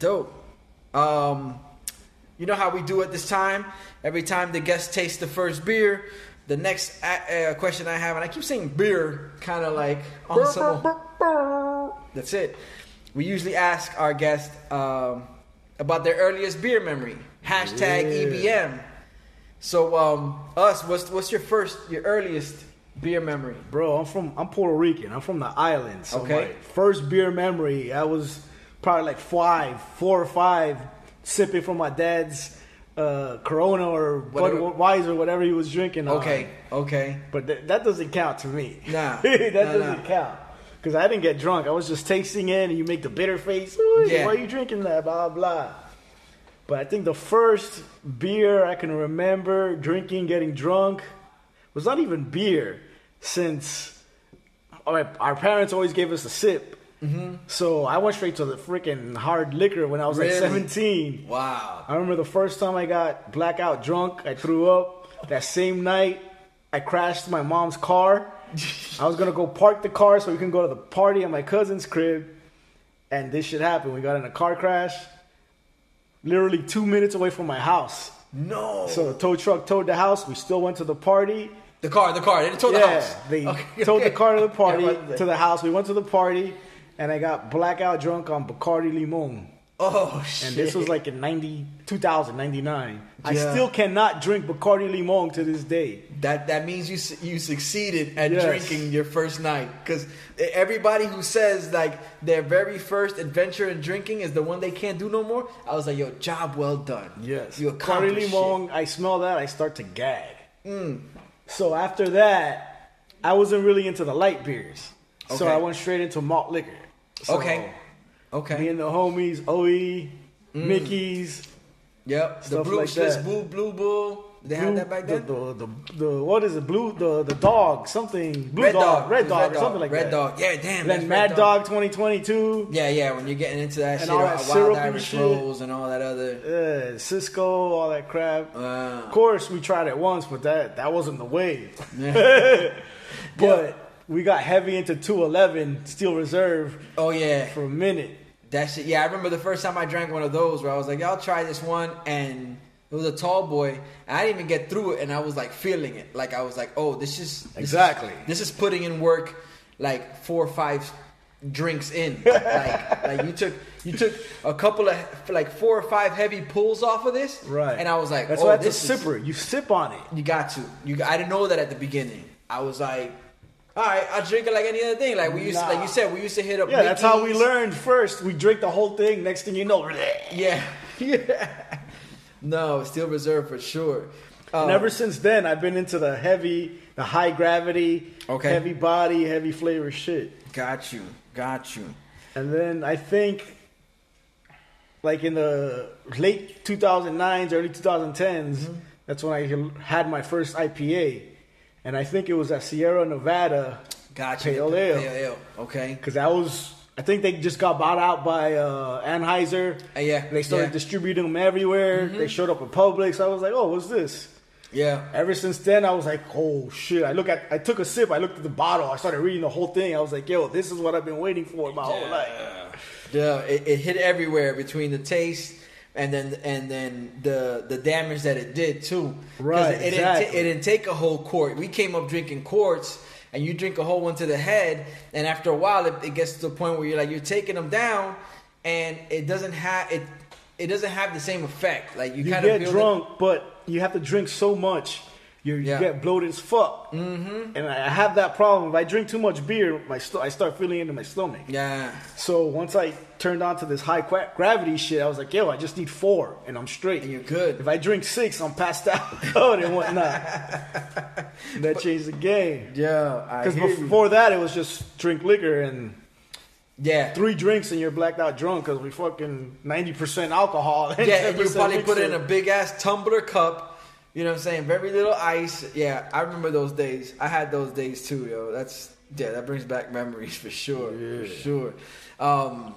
B: dope. Um, you know how we do it this time. Every time the guest tastes the first beer, the next uh, uh, question I have, and I keep saying beer, kind of like on some. That's it. We usually ask our guest um, about their earliest beer memory. Hashtag EBM. So, um, us, what's what's your first, your earliest beer memory?
A: Bro, I'm from I'm Puerto Rican. I'm from the islands. So
B: Okay.
A: my first beer memory, I was probably like five, four or five, sipping from my dad's uh, Corona or
B: Whatever.
A: Budweiser, whatever he was drinking. on.
B: Okay, okay.
A: But th- that doesn't count to me.
B: Nah.
A: that
B: Nah,
A: doesn't
B: nah.
A: count. Because I didn't get drunk. I was just tasting it, and you make the bitter face. "Ooh,
B: Yeah.
A: Why are you drinking that? Blah, blah. But I think the first beer I can remember drinking, getting drunk, was not even beer, since our, our parents always gave us a sip.
B: Mm-hmm.
A: So I went straight to the freaking hard liquor when I was like
B: Really?
A: 17.
B: Wow.
A: I remember the first time I got blackout drunk, I threw up. That same night, I crashed my mom's car. I was gonna go park the car so we can go to the party at my cousin's crib, and this shit happened. We got in a car crash, literally two minutes away from my house.
B: No.
A: So the tow truck towed the house. We still went to the party.
B: the car, the car. They towed the
A: Yeah,
B: house.
A: they
B: Okay,
A: towed
B: okay.
A: the car to the party,
B: Yeah, what-
A: to the house. We went to the party, and I got blackout drunk on Bacardi Limon.
B: oh shit.
A: And this was like in 90, 2000, 99. I
B: Yeah.
A: still cannot drink Bacardi Limon to this day.
B: that that means you su- you succeeded at
A: Yes.
B: drinking your first night because everybody who says like their very first adventure in drinking is the one they can't do no more. I was like, yo, job well done. you
A: Bacardi
B: accomplished it.
A: Limon, I smell that, I start to gag.
B: Mm.
A: So after that, I wasn't really into the light beers. So
B: Okay.
A: I went straight into malt liquor. So
B: okay,
A: Me
B: okay,
A: and the homies, OE,
B: Mm.
A: Mickey's,
B: yep. The
A: stuff
B: blue
A: like
B: Schlitz
A: that.
B: blue blue bull. They
A: blue-
B: had that back
A: the,
B: then.
A: the, the, the- what is it? Blue the the dog something blue
B: Red
A: dog,
B: Dog. It
A: red
B: was
A: dog
B: Red
A: or
B: Dog.
A: something like
B: Red
A: that.
B: Dog. Yeah, damn,
A: Then
B: that's
A: Mad
B: Red Dog.
A: Dog 2022.
B: Yeah, yeah. When you're getting into that shit,
A: all
B: all
A: that syrup
B: wild
A: and
B: Irish
A: shit.
B: rolls and all that other.
A: Yeah, Cisco, all that crap.
B: Wow.
A: Of course, we tried it once, but that that wasn't the way. but we got heavy into 211 Steel Reserve
B: Oh yeah,
A: for a minute.
B: that shit. Yeah, I remember the first time I drank one of those where I was like, "I'll try this one," and it was a tall boy. And I didn't even get through it, and I was like feeling it. Like I was like, "Oh, this is this is-
A: Exactly.
B: this is putting in work." Like four or five drinks in, like, like you took you took a couple of like four or five heavy pulls off of this,
A: Right.
B: And I was like,
A: that's
B: "Oh,
A: why it's
B: this
A: a
B: is-
A: sipper. You sip on it.
B: You got to. You. I didn't know that at the beginning. I was like, all right, I drink it like any other thing. Like we used, to, like you said, we used to hit up.
A: Yeah, that's how we
B: Mickey's.
A: learned first. We drink the whole thing. Next thing you know, bleh.
B: Yeah, yeah. No, still reserved for sure. Uh,
A: and ever since then, I've been into the heavy, the high gravity,
B: Okay.
A: heavy body, heavy flavor shit.
B: Got you. Got you.
A: And then I think, like in the late 2009s, early 2010s,
B: Mm-hmm.
A: that's when I had my first IPA. And I think it was at Sierra Nevada,
B: Got you.
A: Pale ale.
B: Pale ale. Okay.
A: because that was, I think they just got bought out by uh, Anheuser.
B: Uh, yeah,
A: They started
B: yeah. Mm-hmm.
A: distributing them everywhere. They showed up in Publix. I was like, oh, what's this?
B: Yeah.
A: Ever since then, I was like, oh shit. I look at, I took a sip. I looked at the bottle. I started reading the whole thing. I was like, yo, this is what I've been waiting for my whole life.
B: Yeah. It, it hit everywhere between the taste. And then, and then the the damage that it did too. 'Cause
A: Right,
B: It, it, didn't ta-
A: exactly.
B: it didn't take a whole quart. We came up drinking quarts, and you drink a whole one to the head, and after a while, it, it gets to the point where you're like you're taking them down, and it doesn't have it. It doesn't have the same effect. Like you,
A: You
B: kind
A: get
B: of
A: drunk, but you have to drink so much. You, you
B: Yeah.
A: get bloated as fuck. Mm-hmm. And I I have that problem. If I drink too much beer, my sto- I start feeling it in my stomach.
B: yeah,
A: So once I turned on to this high qua- gravity shit, I was like, yo, I just need four and I'm straight.
B: And you're good.
A: If I drink six, I'm passed out and whatnot. And that changed the game.
B: yeah. I
A: Because
B: hear you.
A: before that, it was just drink liquor and
B: yeah,
A: three drinks and you're blacked out drunk because we fucking 90% alcohol. and
B: yeah, and you
A: 10%
B: probably put it in a
A: mixer.
B: big ass tumbler cup. You know what I'm saying? Very little ice. Yeah, I remember those days. I had those days too, yo. That's yeah, that brings back memories for sure. For sure. Um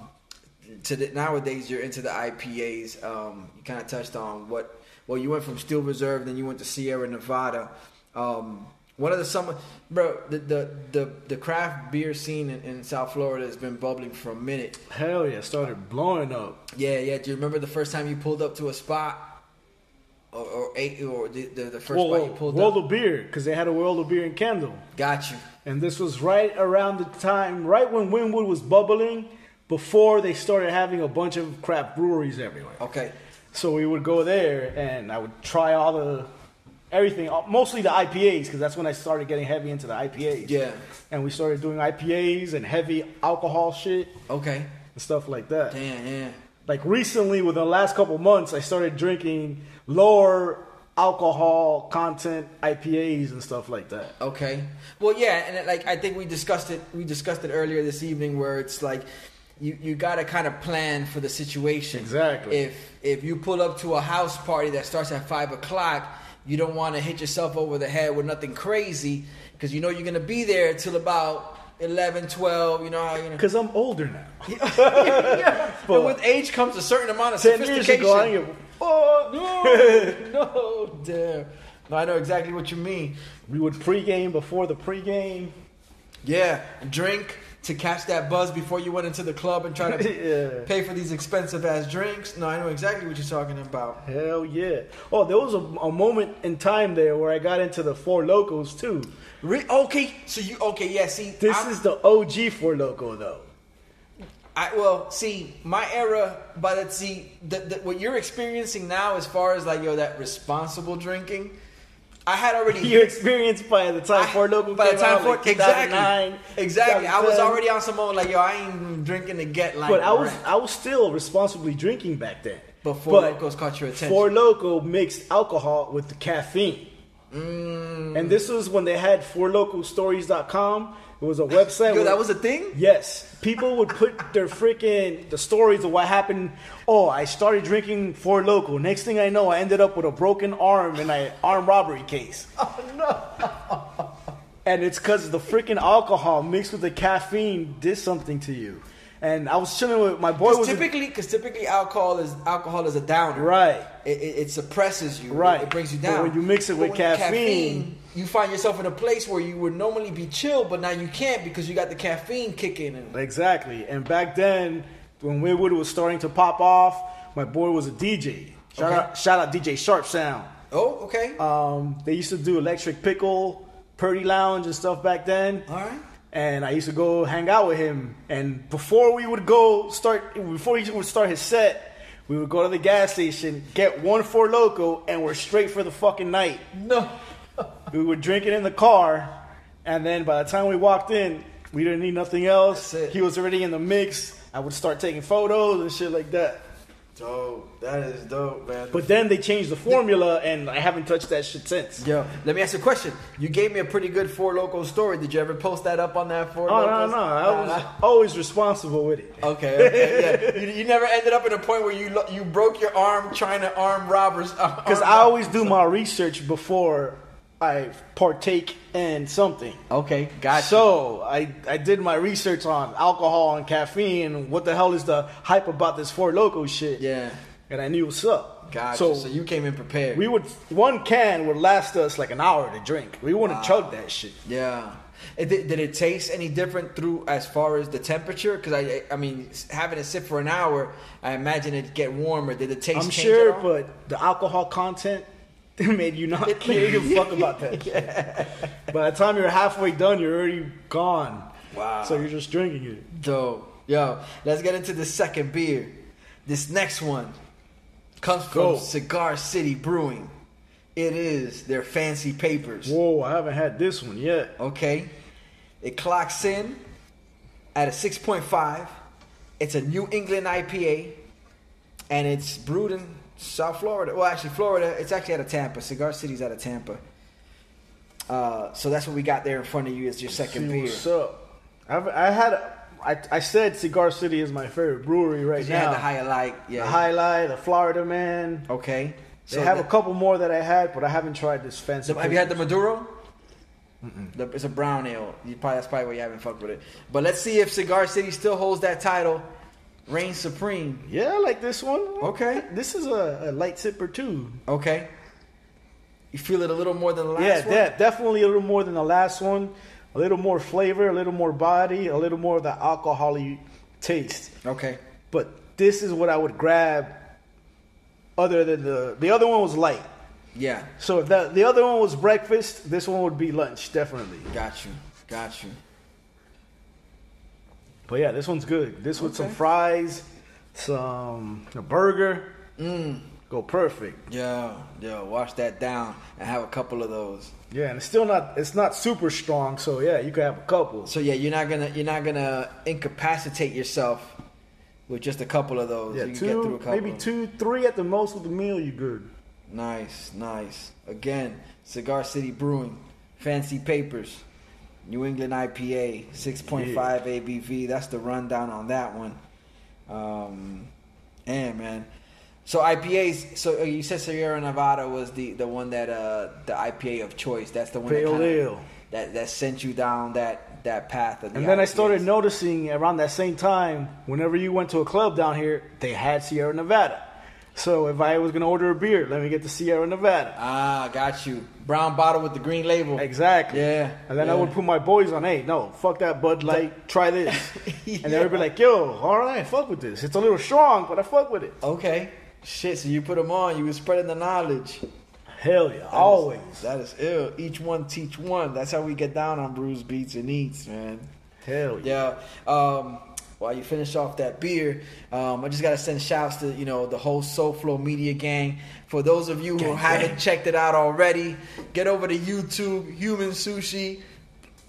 B: to the, nowadays you're into the IPAs. Um you kinda touched on what well you went from Steel Reserve, then you went to Sierra Nevada. Um one of the summer bro, the the the, the craft beer scene in, in South Florida has been bubbling for a minute.
A: Hell yeah, started blowing up.
B: Yeah, yeah. Do you remember the first time you pulled up to a spot, or, or eight, or the, the, the first spot you
A: Well,
B: pulled
A: World
B: up?
A: of Beer, because they had a World of Beer in Kendall.
B: Got you.
A: And this was right around the time, right when Winwood was bubbling, before they started having a bunch of crap breweries everywhere.
B: Okay.
A: So we would go there, and I would try all the everything, uh, mostly the IPAs, because that's when I started getting heavy into the IPAs.
B: Yeah.
A: And we started doing IPAs and heavy alcohol shit
B: Okay.
A: and stuff like that.
B: Damn. Yeah.
A: Like recently, within the last couple months, I started drinking lower alcohol content IPAs and stuff like that.
B: Okay. Well, yeah, and it, like I think we discussed it. We discussed it earlier this evening, where it's like you you gotta kind of plan for the situation.
A: Exactly.
B: If if you pull up to a house party that starts at five o'clock, you don't want to hit yourself over the head with nothing crazy because you know you're gonna be there till about 11, 12, You know how you know.
A: Because I'm older now.
B: But with age comes a certain amount of
A: Ten years
B: sophistication. Oh,
A: ago, I didn't give a fuck.
B: no, no, damn. No, I know exactly what you mean.
A: We would pregame before the pregame.
B: Yeah, drink to catch that buzz before you went into the club and try to
A: Yeah.
B: pay for these expensive ass drinks. No, I know exactly what you're talking about.
A: Hell yeah! Oh, there was a, a moment in time there where I got into the Four Locos too.
B: Re- okay, so you okay? Yeah, see,
A: This
B: I'm-
A: is the OG Four Loco though.
B: I well, see, my era, but it's see, the, the, what you're experiencing now, as far as like yo, that responsible drinking, I had already
A: Your experience by the time
B: I-
A: Four Loco
B: by the
A: came
B: time
A: out,
B: Ford-
A: like
B: exactly,
A: 2009,
B: exactly. I was
A: 2010.
B: already on some old like yo, I ain't even drinking to get like.
A: But I was
B: wrecked.
A: I was still responsibly drinking back then.
B: But Four
A: But
B: Locos caught your attention.
A: Four Loco mixed alcohol with the caffeine.
B: Mm.
A: And this was when they had fourlocostories.com. It was a website.
B: yo,
A: where-
B: that was a thing.
A: Yes, people would put their freaking the stories of what happened. Oh, I started drinking Four Loco. Next thing I know, I ended up with a broken arm in an armed robbery case. Oh no! and it's because the freaking alcohol mixed with the caffeine did something to you. And I was chilling with my boy. Was
B: Typically, because typically alcohol is alcohol is a downer.
A: right.
B: It, it, it suppresses you.
A: Right.
B: It brings you
A: But
B: down.
A: when you mix it with
B: when
A: caffeine-
B: you find yourself in a place where you would normally be chill, but now you can't because you got the caffeine kicking. in.
A: Exactly. And back then, when Winwood was starting to pop off, my boy was a DJ. Shout
B: Okay.
A: out, shout out DJ Sharp Sound.
B: oh, okay.
A: Um, they used to do Electric Pickle, Purdy Lounge, and stuff back then.
B: All right.
A: And I used to go hang out with him. And before we would go start, before he would start his set, we would go to the gas station, get one four loco, and we're straight for the fucking night.
B: No.
A: We would drink it in the car, and then by the time we walked in, we didn't need nothing else.
B: That's it.
A: He was already in the mix. I would start taking photos and shit like that.
B: Dope. That is dope, man.
A: But then they changed the formula, and I haven't touched that shit since.
B: Yo, let me ask you a question. You gave me a pretty good four local story. Did you ever post that up on that four?
A: Oh no
B: Locos?
A: no! I was
B: Nah,
A: always responsible with it.
B: nah. Okay, okay, yeah. You, you never ended up in a point where you lo- you broke your arm trying to arm robbers.
A: Because I always do my research before I partake in something.
B: Okay, gotcha.
A: So I, I did my research on alcohol and caffeine and what the hell is the hype about this Four Loco shit.
B: yeah,
A: And I knew what's up.
B: gotcha. So,
A: So,
B: you came in prepared.
A: we would one can would last us like an hour to drink. We wouldn't chug that shit.
B: yeah. It, did, did it taste any different through as far as the temperature? Because I, I mean, having it sit for an hour, I imagine it get warmer. Did the taste?
A: I'm
B: change
A: sure,
B: at all?
A: but the alcohol content made you not give a fuck about that. shit. By the time you're halfway done, you're already gone.
B: Wow.
A: So you're just drinking it.
B: Dope. Yo, let's get into the second beer. This next one comes from
A: Go.
B: Cigar City Brewing. It is their fancy papers.
A: Whoa, I haven't had this one yet.
B: Okay. It clocks in at a 6.5. It's a New England IPA. And it's brewed in South Florida. Well, actually, Florida. It's actually out of Tampa. Cigar City's out of Tampa. Uh, so that's what we got there in front of you as your second
A: See
B: beer.
A: what's up. I've, I had, I, I said Cigar City is my favorite brewery right
B: You
A: now.
B: had the highlight. Yeah.
A: The highlight, the Florida man.
B: Okay.
A: They have
B: the-
A: a couple more that I had, but I haven't tried this fancy.
B: So have you had the Maduro? The, it's a brown ale. You probably that's probably why you haven't fucked with it. But let's see if Cigar City still holds that title, reigns supreme.
A: Yeah, I like this one.
B: Okay.
A: This is a, a light sipper too.
B: Okay. You feel it a little more than the last
A: yeah,
B: one.
A: de- definitely a little more than the last one. A little more flavor, a little more body, a little more of the alcohol taste.
B: Okay.
A: But this is what I would grab. Other than the the other one was light.
B: Yeah.
A: So if that the other one was breakfast, this one would be lunch definitely.
B: Got you. Got you.
A: But yeah, this one's good. This with some
B: Okay.
A: fries, some a burger. Go perfect.
B: Mm. Yo, yo, wash that down and have a couple of those.
A: Yeah, and it's still not it's not super strong, so yeah, you could have a couple.
B: So yeah, you're not gonna you're not gonna incapacitate yourself with just a couple of those.
A: Yeah,
B: you can get through a
A: two,
B: couple
A: maybe
B: of them.
A: two, three at the most with a meal. You good?
B: Nice, nice. Again, Cigar City Brewing, Fancy Papers, New England IPA, 6.5 ABV. That's the rundown on that one. Um, and man, so IPAs. So uh, you said Sierra Nevada was the the one that uh the IPA of choice. That's the one that,
A: Pale
B: kinda-
A: ale.
B: that that sent you down that that path. Of the
A: And then I
B: IPAs.
A: started noticing around that same time, whenever you went to a club down here, they had Sierra Nevada. So if I was gonna order a beer, let me get the Sierra Nevada.
B: Ah, got you. Brown bottle with the green label.
A: Exactly.
B: Yeah,
A: And then I
B: yeah.
A: would put my boys on, hey, no, fuck that Bud Light, try this. And they would be like, yo, all right, fuck with this. It's a little strong, but I fuck with it.
B: Okay. Shit. So you put them on. You were spreading the knowledge.
A: Hell yeah,
B: That is-
A: always.
B: that is ill. Each one teach one. That's how we get down on brews, beats, and eats, man.
A: Hell yeah.
B: Yeah. Um, while you finish off that beer, um, I just gotta send shouts to you know the whole SoFlo Media gang. For those of you who haven't checked it out already, get over to YouTube Human Sushi.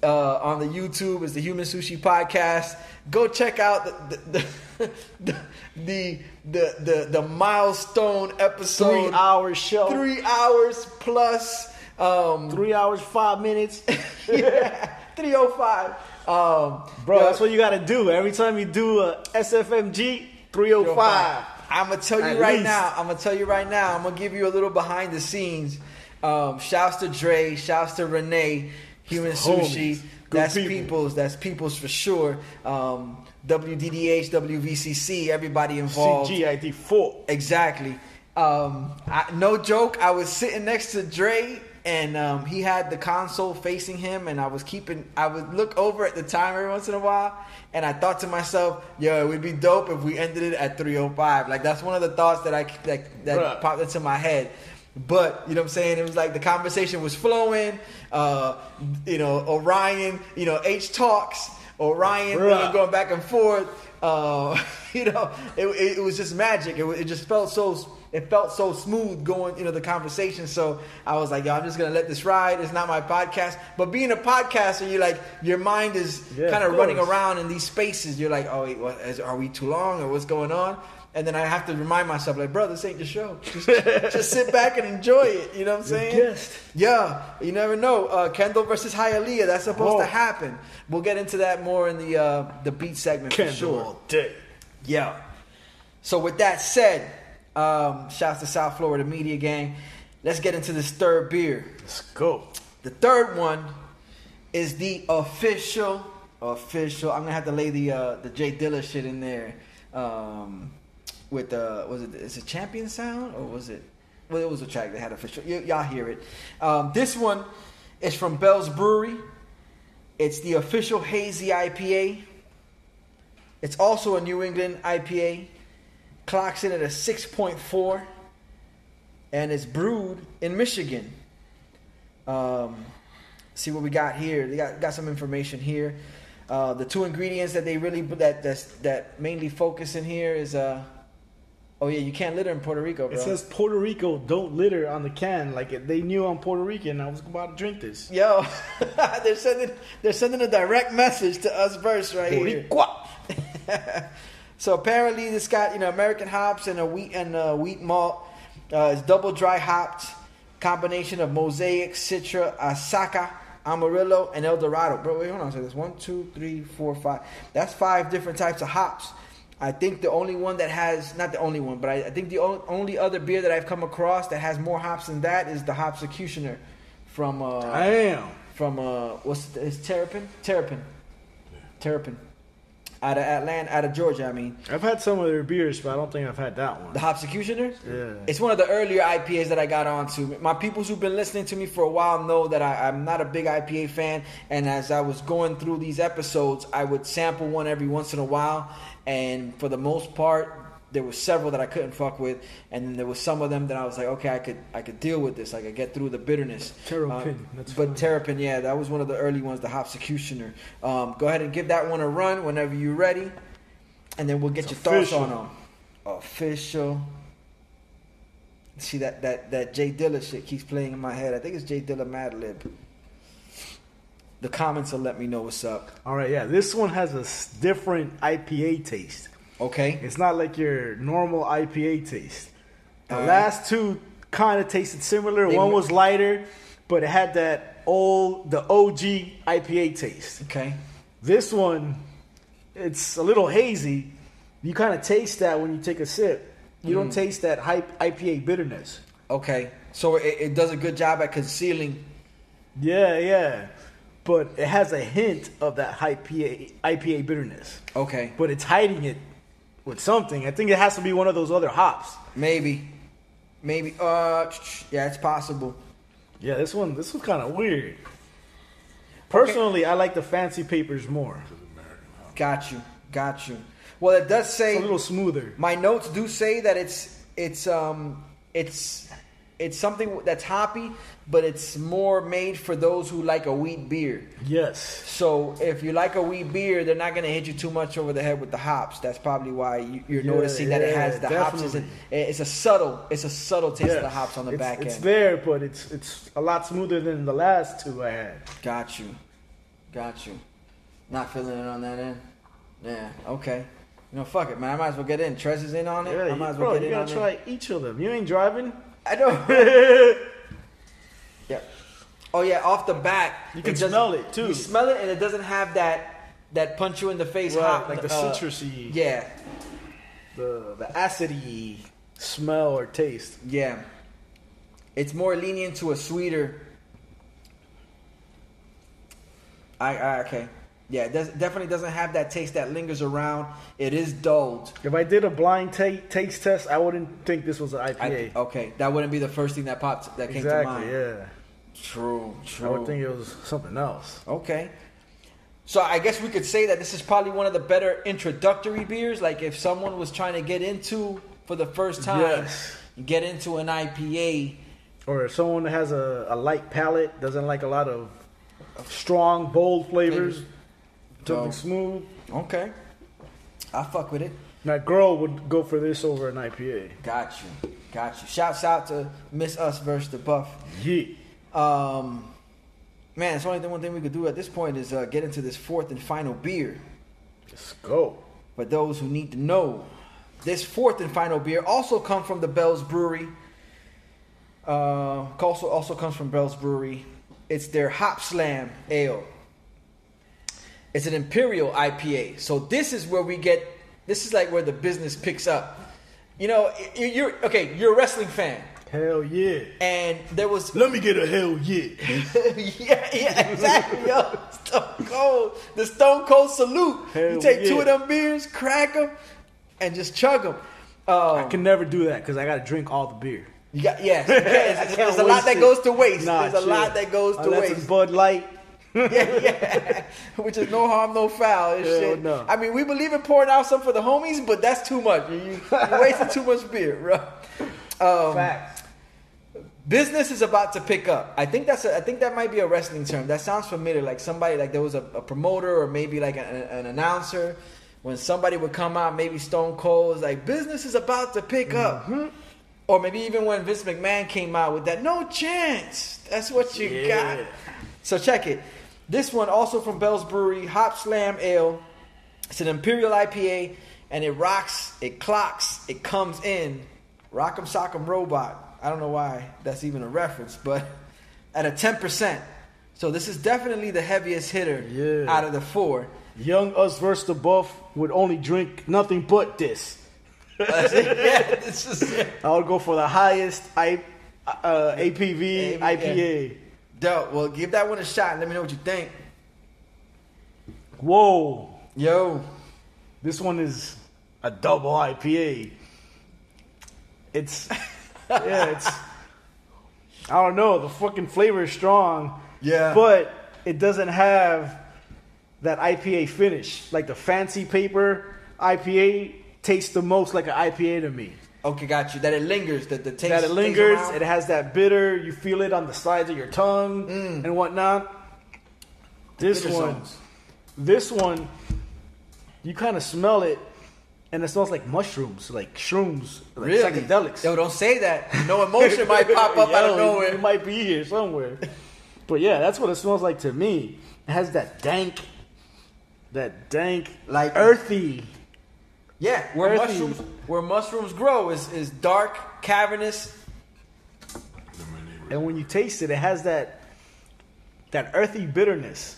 B: Uh, on the YouTube is the Human Sushi Podcast. Go check out the the the the, the, the, the milestone episode
A: Three hour show.
B: three hours plus um
A: Three hours, five minutes.
B: yeah, 305 um
A: Bro,
B: yo,
A: that's what you gotta do. Every time you do a SFMG 305.
B: i'm gonna tell you
A: At
B: right
A: least.
B: now i'm gonna tell you right now i'm gonna give you a little behind the scenes um shouts to dre shouts to renee human
A: Homies.
B: sushi
A: Good
B: that's
A: people.
B: people's that's people's for sure um wddh wvcc everybody involved
A: CGIT4.
B: Exactly. Um, I, no joke. I was sitting next to Dre, and um, he had the console facing him, and I was keeping. I would look over at the time every once in a while, and I thought to myself, "Yo, it would be dope if we ended it at 3:05." Like that's one of the thoughts that I that, that
A: Bruh.
B: popped into my head. But you know what I'm saying? It was like the conversation was flowing. Uh, you know, Orion. You know, H talks. Orion you know,
A: Bruh.
B: going back and forth. Uh, you know, it, it, it was just magic. It, wa- it just felt so it felt so smooth going. You know, the conversation. So I was like, yo, I'm just gonna let this ride. It's not my podcast. But being a podcaster, you like your mind is
A: Yeah,
B: kind of
A: of
B: running
A: course.
B: around in these spaces. You're like, oh, wait, what, is, are we too long or what's going on? And then I have to remind myself, like, bro, this ain't your show. Just, just sit back and enjoy it. You know what I'm saying?
A: guest.
B: Yeah, you never know. Uh, Kendall versus Hialeah, that's supposed
A: Whoa.
B: to happen. We'll get into that more in the uh, the beat segment for
A: Kendall
B: sure.
A: all day.
B: Yeah. So with that said, um, shouts to South Florida Media Gang. Let's get into this third beer.
A: Let's go.
B: The third one is the official, official. I'm gonna have to lay the uh, the Jay Dilla shit in there. Um, with uh, was it is it Champion Sound or was it? Well, it was a track that had official. Y- y'all hear it. Um, this one is from Bell's Brewery. It's the official hazy IPA. It's also a New England IPA. Clocks in at a 6.4, and it's brewed in Michigan. Um, see what we got here. They got got some information here. Uh, the two ingredients that they really that that's, that mainly focus in here is uh oh yeah you can't litter in Puerto Rico bro.
A: It says Puerto Rico, don't litter on the can. Like if they knew I'm Puerto Rican, I was about to drink this.
B: Yo, they're sending they're sending a direct message to us first right here.
A: Boricua.
B: so apparently this got you know American hops and a wheat and a wheat malt. Uh, it's double dry hopped combination of Mosaic, Citra, Asaka, Amarillo, and El Dorado. Bro, wait, hold on. So there's one, two, three, four, five. That's five different types of hops. I think the only one that has not the only one, but I, I think the o- only other beer that I've come across that has more hops than that is the Hops Executioner from uh,
A: Damn.
B: from uh what's the, is Terrapin? Terrapin. Terrapin. Out of Atlanta, out of Georgia, I mean.
A: I've had some of their beers, but I don't think I've had that one.
B: The Hops Executioner?
A: Yeah.
B: It's one of the earlier IPAs that I got onto. My peoples who've been listening to me for a while know that I, I'm not a big IPA fan. And as I was going through these episodes, I would sample one every once in a while. And for the most part, there were several that I couldn't fuck with, and then there was some of them that I was like, okay, I could I could deal with this. I could get through the bitterness.
A: Terrapin,
B: Uh,
A: that's
B: but
A: fine.
B: Terrapin, yeah, that was one of the early ones, the Hops Executioner. Um, go ahead and give that one a run whenever you're ready, and then we'll get your
A: official.
B: thoughts on them. Official. See that that that Jay Dilla shit keeps playing in my head. I think it's Jay Dilla Madlib. The comments will let me know what's up.
A: All right, yeah, this one has a s- different IPA taste.
B: Okay.
A: It's not like your normal IPA taste. The
B: Alright.
A: last two kind of tasted similar.
B: They
A: One
B: mi-
A: was lighter, but it had that old, the OG IPA taste.
B: Okay.
A: This one, it's a little hazy. You kind of taste that when you take a sip. You don't taste that hype IPA bitterness.
B: Okay. So it, it does a good job at concealing.
A: Yeah, yeah. But it has a hint of that IPA, IPA bitterness.
B: Okay.
A: But it's hiding it with something. I think it has to be one of those other hops.
B: Maybe. Maybe. Uh. Yeah, it's possible.
A: Yeah, this one this was kind of weird. Personally, I like the fancy papers more.
B: Got you. Got you. Well, it does say
A: It's a little smoother.
B: my notes do say that it's it's um it's it's something that's hoppy, but it's more made for those who like a wheat beer.
A: Yes.
B: So if you like a wheat beer, they're not gonna hit you too much over the head with the hops. That's probably why you, you're
A: Yeah,
B: noticing that it
A: yeah,
B: has the hops. It's a,
A: definitely.
B: it's a subtle, it's a subtle taste of the
A: Yes.
B: hops on the
A: it's,
B: back
A: It's
B: end.
A: there, but it's it's a lot smoother than the last two I had.
B: Got you. Got you. Not feeling it on that end? Yeah, okay. You know, fuck it, man. I might as well get in. Trez is in on it.
A: Yeah,
B: I
A: you,
B: might as well
A: bro,
B: get
A: you
B: in on
A: gotta
B: it.
A: try each of them. You ain't driving.
B: I know. yeah. Oh yeah, off the back.
A: You can
B: doesn't-
A: smell it, too.
B: You smell it and it doesn't have that that punch you in the face hop.
A: like the
B: uh,
A: citrusy,
B: Yeah.
A: the the acidy smell or taste.
B: Yeah. It's more lenient to a sweeter. I, I okay. Yeah, it does, definitely doesn't have that taste that lingers around. It is dulled.
A: If I did a blind ta- taste test, I wouldn't think this was an IPA.
B: I, Okay, that wouldn't be the first thing that popped that came to
A: exactly.
B: mind.
A: Yeah.
B: True, true.
A: I would think it was something else.
B: Okay. So I guess we could say that this is probably one of the better introductory beers. Like if someone was trying to get into for the first time,
A: Yes.
B: get into an IPA.
A: Or someone that has a, a light palate, doesn't like a lot of strong, bold flavors, something
B: No.
A: smooth.
B: Okay. I fuck with it.
A: That girl would go for this over an IPA.
B: Got you. Got you. Shouts out to Miss Us versus the Buff.
A: Yeah.
B: Um, man, it's only the one thing we could do at this point is uh, get into this fourth and final beer.
A: Let's go.
B: For those who need to know, this fourth and final beer also comes from the Bell's Brewery. Uh, also, also comes from Bell's Brewery. It's their Hop Slam Ale. It's an Imperial IPA. So this is where we get. This is like where the business picks up. You know, y- you're okay. You're a wrestling fan,
A: Hell yeah.
B: and there was
A: Let me get a hell yeah.
B: yeah, yeah, exactly. Yo, Stone Cold, the Stone Cold salute. you
A: Hell
B: take two
A: yeah.
B: of them beers, crack them, and just chug them. Oh.
A: I can never do that because I got to drink all the beer.
B: you got, yes, you can.
A: I
B: there's,
A: can't
B: there's a lot
A: waste
B: that
A: it.
B: goes to waste.
A: Nah,
B: there's a
A: chill.
B: lot that goes to
A: Unless
B: waste.
A: It's Bud Light.
B: yeah, yeah. Which is no harm, no foul. and
A: Hell
B: shit.
A: no.
B: I mean, we believe in pouring out some for the homies, but that's too much. You, you, you wasting too much beer, bro. Um,
A: Facts.
B: Business is about to pick up. I think that's a, I think that might be a wrestling term. That sounds familiar. Like somebody like there was a, a promoter or maybe like an, an announcer when somebody would come out, maybe Stone Cold's like business is about to pick up. Or maybe even when Vince McMahon came out with that no chance. That's what you
A: Yeah.
B: got. So check it. This one also from Bell's Brewery, Hop Slam Ale. It's an Imperial IPA, and it rocks, it clocks, it comes in. Rock'em Sock'em Robot. I don't know why that's even a reference, but at a 10%. So this is definitely the heaviest hitter
A: Yeah.
B: out of the four.
A: Young us versus the buff would only drink nothing but this.
B: yeah, this is
A: I would go for the highest I, uh, APV
B: APV.
A: IPA.
B: dope. Well, give that one a shot and let me know what you think.
A: Whoa,
B: Yo,
A: this one is a double IPA. It's yeah, it's I don't know. The fucking flavor is strong,
B: yeah,
A: but it doesn't have that IPA finish. Like the fancy paper IPA tastes the most like an IPA to me.
B: okay, got you. That it lingers, that the taste
A: that it
B: stays
A: lingers.
B: around.
A: It has that bitter. You feel it on the sides of your tongue and whatnot. This
B: Mm. bitter
A: one,
B: zones.
A: this one, you kind of smell it, and it smells like mushrooms, like shrooms, like psychedelics.
B: Yo, don't say that. No emotion might pop up out
A: Yo,
B: of nowhere.
A: It might be here somewhere. But yeah, that's what it smells like to me. It has that dank, that dank,
B: Like-
A: earthy.
B: Yeah, where
A: Earthy.
B: mushrooms where mushrooms grow is is dark, cavernous.
A: And when you taste it, it has that that earthy bitterness.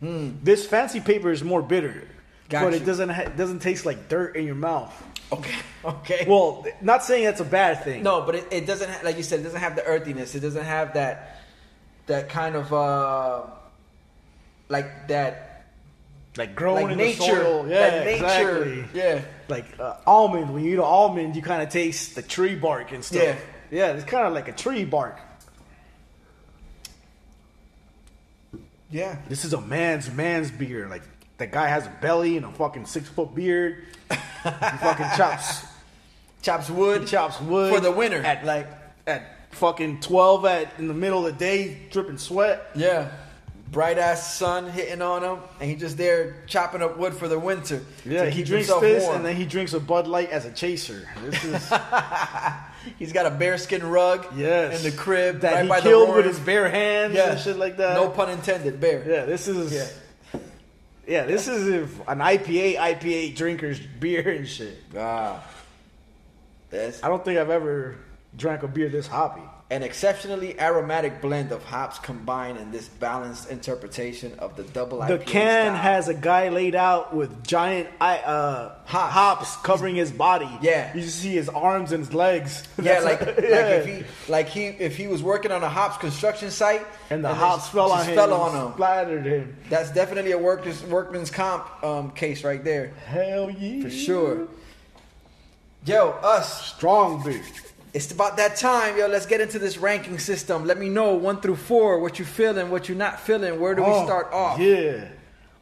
B: Hmm.
A: This fancy paper is more bitter,
B: Got
A: but
B: you.
A: it doesn't ha- doesn't taste like dirt in your mouth.
B: Okay, okay.
A: Well, not saying that's a bad thing.
B: no, but it, it doesn't ha- like you said. It doesn't have the earthiness. It doesn't have that that kind of uh like that
A: like growing
B: like
A: in
B: nature,
A: the soil. Yeah,
B: that nature.
A: exactly.
B: Yeah,
A: Like uh, almond. When you eat an almond, you kind of taste the tree bark and stuff.
B: Yeah.
A: yeah. It's kind of like a tree bark.
B: yeah.
A: This is a man's man's beer. Like the guy has a belly and a fucking six foot beard. he fucking chops
B: Chops wood.
A: He chops wood
B: For the winter.
A: at like at fucking twelve at in the middle of the day, dripping sweat.
B: Yeah. Bright ass sun hitting on him, and he just there chopping up wood for the winter.
A: Yeah,
B: to
A: he
B: keep
A: drinks
B: himself
A: this
B: warm.
A: and then he drinks a Bud Light as a chaser. This is
B: He's got a bearskin rug
A: yes
B: in the crib
A: that
B: right by
A: he killed
B: the
A: with
B: roaring.
A: his bare hands and shit like that.
B: No pun intended, bear.
A: Yeah, this is
B: Yeah.
A: yeah. this is if an IPA IPA drinker's beer and shit.
B: Ah. That's
A: I don't think I've ever drank a beer this hoppy.
B: an exceptionally aromatic blend of hops combined in this balanced interpretation of the double IPA.
A: The can
B: style.
A: has a guy laid out with giant I, uh,
B: Hops.
A: hops covering his body.
B: Yeah.
A: you just see his arms and his legs.
B: yeah,
A: That's
B: like
A: a-
B: like if he like he if he was working on a hops construction site
A: and the
B: they
A: hops
B: just-
A: fell on
B: just
A: him,
B: fell on him.
A: splattered him.
B: That's definitely a workers workman's comp um, case right there
A: Hell yeah,
B: for sure. Yo, us
A: Strong beer.
B: It's about that time, yo. Let's get into this ranking system. Let me know one through four what you feeling, what you not feeling. Where do we
A: Oh,
B: start off?
A: Yeah.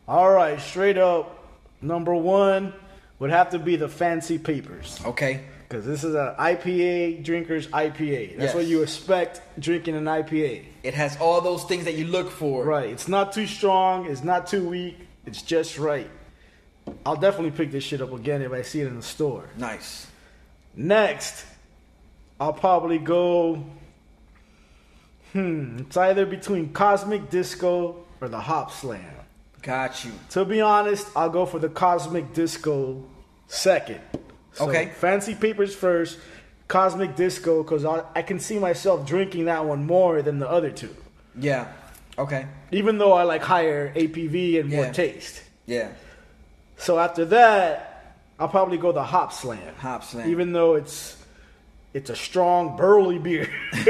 A: All right, straight up, number one would have to be the fancy papers.
B: Okay.
A: Because this is an IPA drinker's IPA. That's
B: Yes.
A: what you expect drinking an IPA.
B: It has all those things that you look for.
A: Right. It's not too strong. It's not too weak. It's just right. I'll definitely pick this shit up again if I see it in the store.
B: Nice.
A: Next, I'll probably go. Hmm. It's either between Cosmic Disco or the Hop Slam.
B: Got you.
A: To be honest, I'll go for the Cosmic Disco second. So,
B: Okay.
A: Fancy Papers first, Cosmic Disco, because I, I can see myself drinking that one more than the other two.
B: Yeah. Okay.
A: Even though I like higher APV and more
B: Yeah.
A: taste.
B: Yeah.
A: So after that, I'll probably go the Hop Slam.
B: Hop Slam.
A: Even though it's it's a strong burly beer.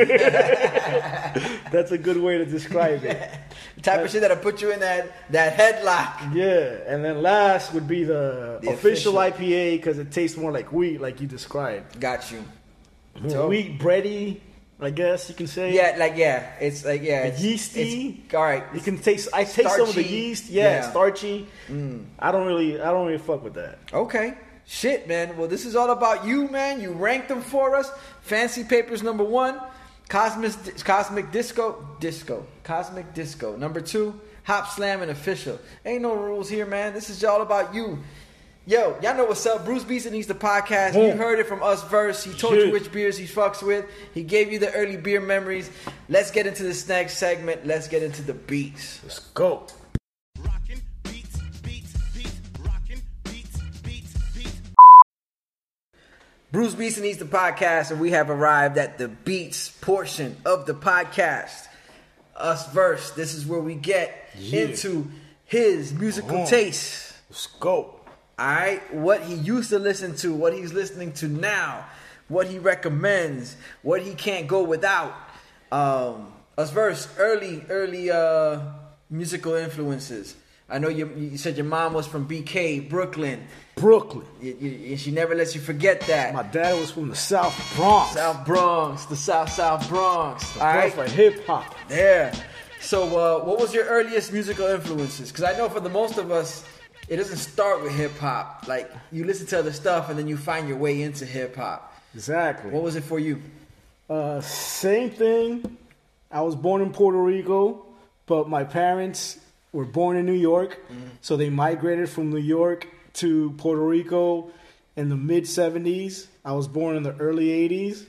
A: That's a good way to describe it.
B: The type of shit that'll put you in that that headlock.
A: Yeah, and then last would be the,
B: The
A: official,
B: official.
A: IPA because it tastes more like wheat, like you described.
B: Got you.
A: More
B: So-
A: wheat bready, I guess you can say.
B: Yeah, like yeah. It's like yeah. It's,
A: yeasty.
B: It's, all right.
A: you can taste. I taste some of the
B: Starchy.
A: yeast. Yeah,
B: Yeah. Mm.
A: starchy. I don't really, I don't really fuck with that.
B: Okay. Shit, man. Well, this is all about you, man. You ranked them for us. Fancy Papers number one. Cosmic, Cosmic Disco, Disco, Cosmic Disco. Number two, Hop Slam and Official. Ain't no rules here, man. This is all about you. Yo, y'all know what's up. Bruce Beeson needs the podcast. You
A: Yeah.
B: heard it from us first. He told you
A: Shit.
B: which beers he fucks with. He gave you the early beer memories. Let's get into this next segment. Let's get into the beats.
A: Let's go.
D: Rockin' beats, beats, beats, rockin' beats, beats, beats.
B: Bruce Beeson needs the podcast, and we have arrived at the beats portion of the podcast. Us verse. This is where we get
A: Yeah.
B: into his musical
A: Uh-huh.
B: taste.
A: Let's go.
B: All right, what he used to listen to, what he's listening to now, what he recommends, what he can't go without. Um, us verse early, early uh, musical influences. I know you, you said your mom was from BK, Brooklyn,
A: Brooklyn.
B: You- you- and she never lets you forget that.
A: My dad was from the South Bronx.
B: South Bronx, the South South Bronx. All
A: That's
B: right,
A: for hip hop.
B: there. So, uh, what was your earliest musical influences? Because I know for the most of us, it doesn't start with hip hop. Like you listen to other stuff and then you find your way into hip hop.
A: Exactly.
B: What was it for you?
A: Uh, same thing. I was born in Puerto Rico, but my parents were born in New York, so they migrated from New York to Puerto Rico in the mid 70s. I was born in the early 80s.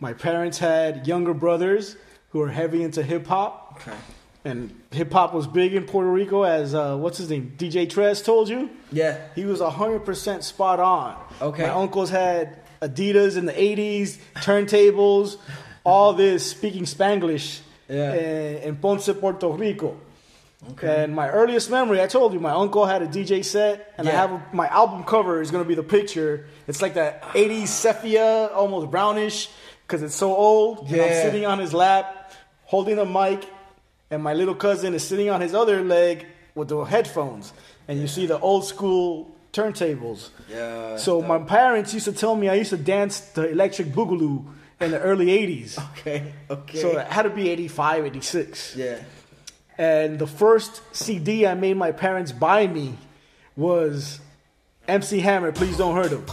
A: My parents had younger brothers who were heavy into hip hop,
B: Okay.
A: and hip hop was big in Puerto Rico, as uh, what's his name, DJ Trez told you.
B: Yeah.
A: He was 100% spot on.
B: Okay.
A: My uncles had Adidas in the 80s, turntables, all this speaking Spanglish
B: Yeah.
A: in, in Ponce, Puerto Rico.
B: Okay.
A: And my earliest memory, I told you, my uncle had a DJ set, and I
B: Yeah.
A: have a, my album cover is going to be the picture. It's like that 80s sepia, almost brownish, because it's so old. And I'm
B: Yeah.
A: sitting on his lap, holding the mic, and my little cousin is sitting on his other leg with the headphones. And you see the old school turntables.
B: Yeah,
A: So
B: that-
A: my parents used to tell me I used to dance the electric boogaloo in the early 80s.
B: Okay. Okay.
A: So it had to be 85, 86.
B: yeah.
A: And the first CD I made my parents buy me was MC Hammer, Please Don't Hurt Him.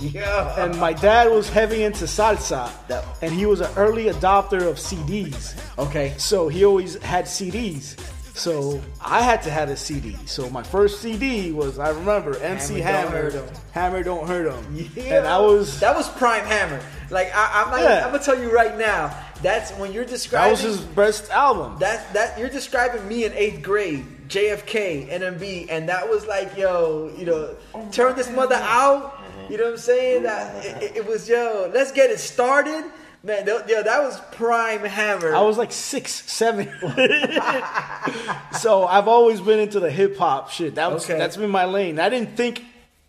B: Yeah.
A: And my dad was heavy into salsa,
B: That-
A: and he was an early adopter of CDs.
B: Okay.
A: So he always had CDs. So I had to have a CD. So my first CD was, I remember, MC
B: Hammer
A: Hammer.
B: Don't Hurt 'Em.
A: Hammer Don't Hurt Him.
B: Yeah.
A: And I was,
B: that was prime hammer. Like I, I'm not.
A: Yeah.
B: I'm gonna tell you right now. That's when you're
A: that
B: describing.
A: was his best album.
B: That that you're describing me in eighth grade, JFK, NMB, and that was like, yo, you know, turn this mother out.
A: Mm-hmm.
B: You know what I'm saying? That it, it- it was, yo, let's get it started, man. tho- Yo, that was prime hammer.
A: I was like six, seven. so I've always been into the hip hop shit. That was
B: Okay.
A: that's been my lane. I didn't think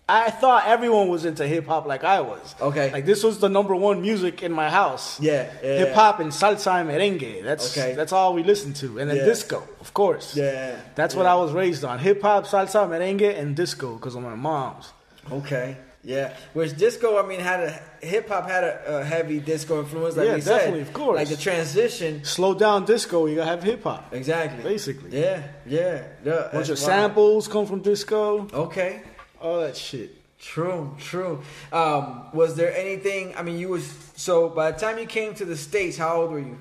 A: I thought everyone was into hip hop like I was.
B: Okay.
A: Like this was the number one music in my house.
B: Yeah, yeah, yeah.
A: Hip hop and salsa and merengue. That's
B: Okay.
A: that's all we listened to. And then
B: Yeah.
A: disco, of course.
B: Yeah,
A: That's what I was raised on. Hip hop, salsa, merengue, and disco, because of my mom's.
B: okay. Yeah, which disco, I mean, had a hip hop had a, a heavy disco influence, like
A: Yeah,
B: we said.
A: definitely, of course.
B: Like the transition,
A: Slow down disco, you gotta have hip hop.
B: exactly.
A: Basically.
B: Yeah, yeah. yeah
A: Bunch of
B: that's wild.
A: samples come from disco,
B: Okay.
A: all that shit.
B: True, true. Um, was there anything? I mean, you was so by the time you came to the states, how old were you?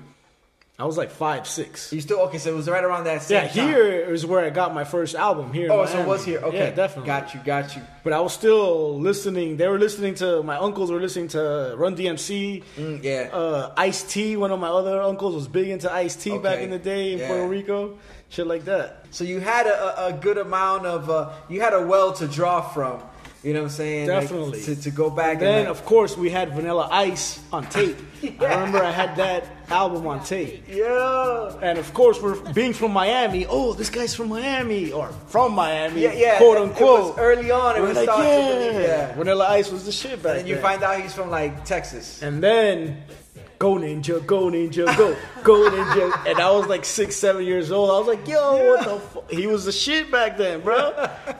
A: I was like five, six.
B: You still okay? So it was right around that same
A: Yeah,
B: time.
A: here is where I got my first album. Here. in
B: Oh, so it
A: Miami.
B: was here. Okay,
A: Yeah, definitely.
B: Got you, got you.
A: But I was still listening. They were listening to my uncles were listening to Run DMC.
B: Mm, yeah.
A: Uh, Ice T. One of my other uncles was big into Ice T back
B: Okay.
A: in the day in
B: Yeah.
A: Puerto Rico. Shit like that.
B: So you had a, a- a good amount of uh, you had a well to draw from. You know what I'm saying? Like,
A: Definitely.
B: to, to go back and,
A: Then
B: like-
A: of course we had Vanilla Ice on tape. I remember I had that album on tape.
B: yeah,
A: And of course, we're being from Miami. Oh, this guy's from Miami or from Miami,
B: yeah, yeah.
A: quote
B: It- it was
A: unquote.
B: early on, it
A: We're
B: was
A: like,
B: starting to believe-
A: yeah.
B: yeah.
A: Vanilla Ice was the shit back
B: and you
A: then.
B: find out he's from like Texas.
A: And then, go ninja, go ninja, go, go ninja. And I was like six, seven years old. I was like, yo, what the fuck? He was the shit back then, bro.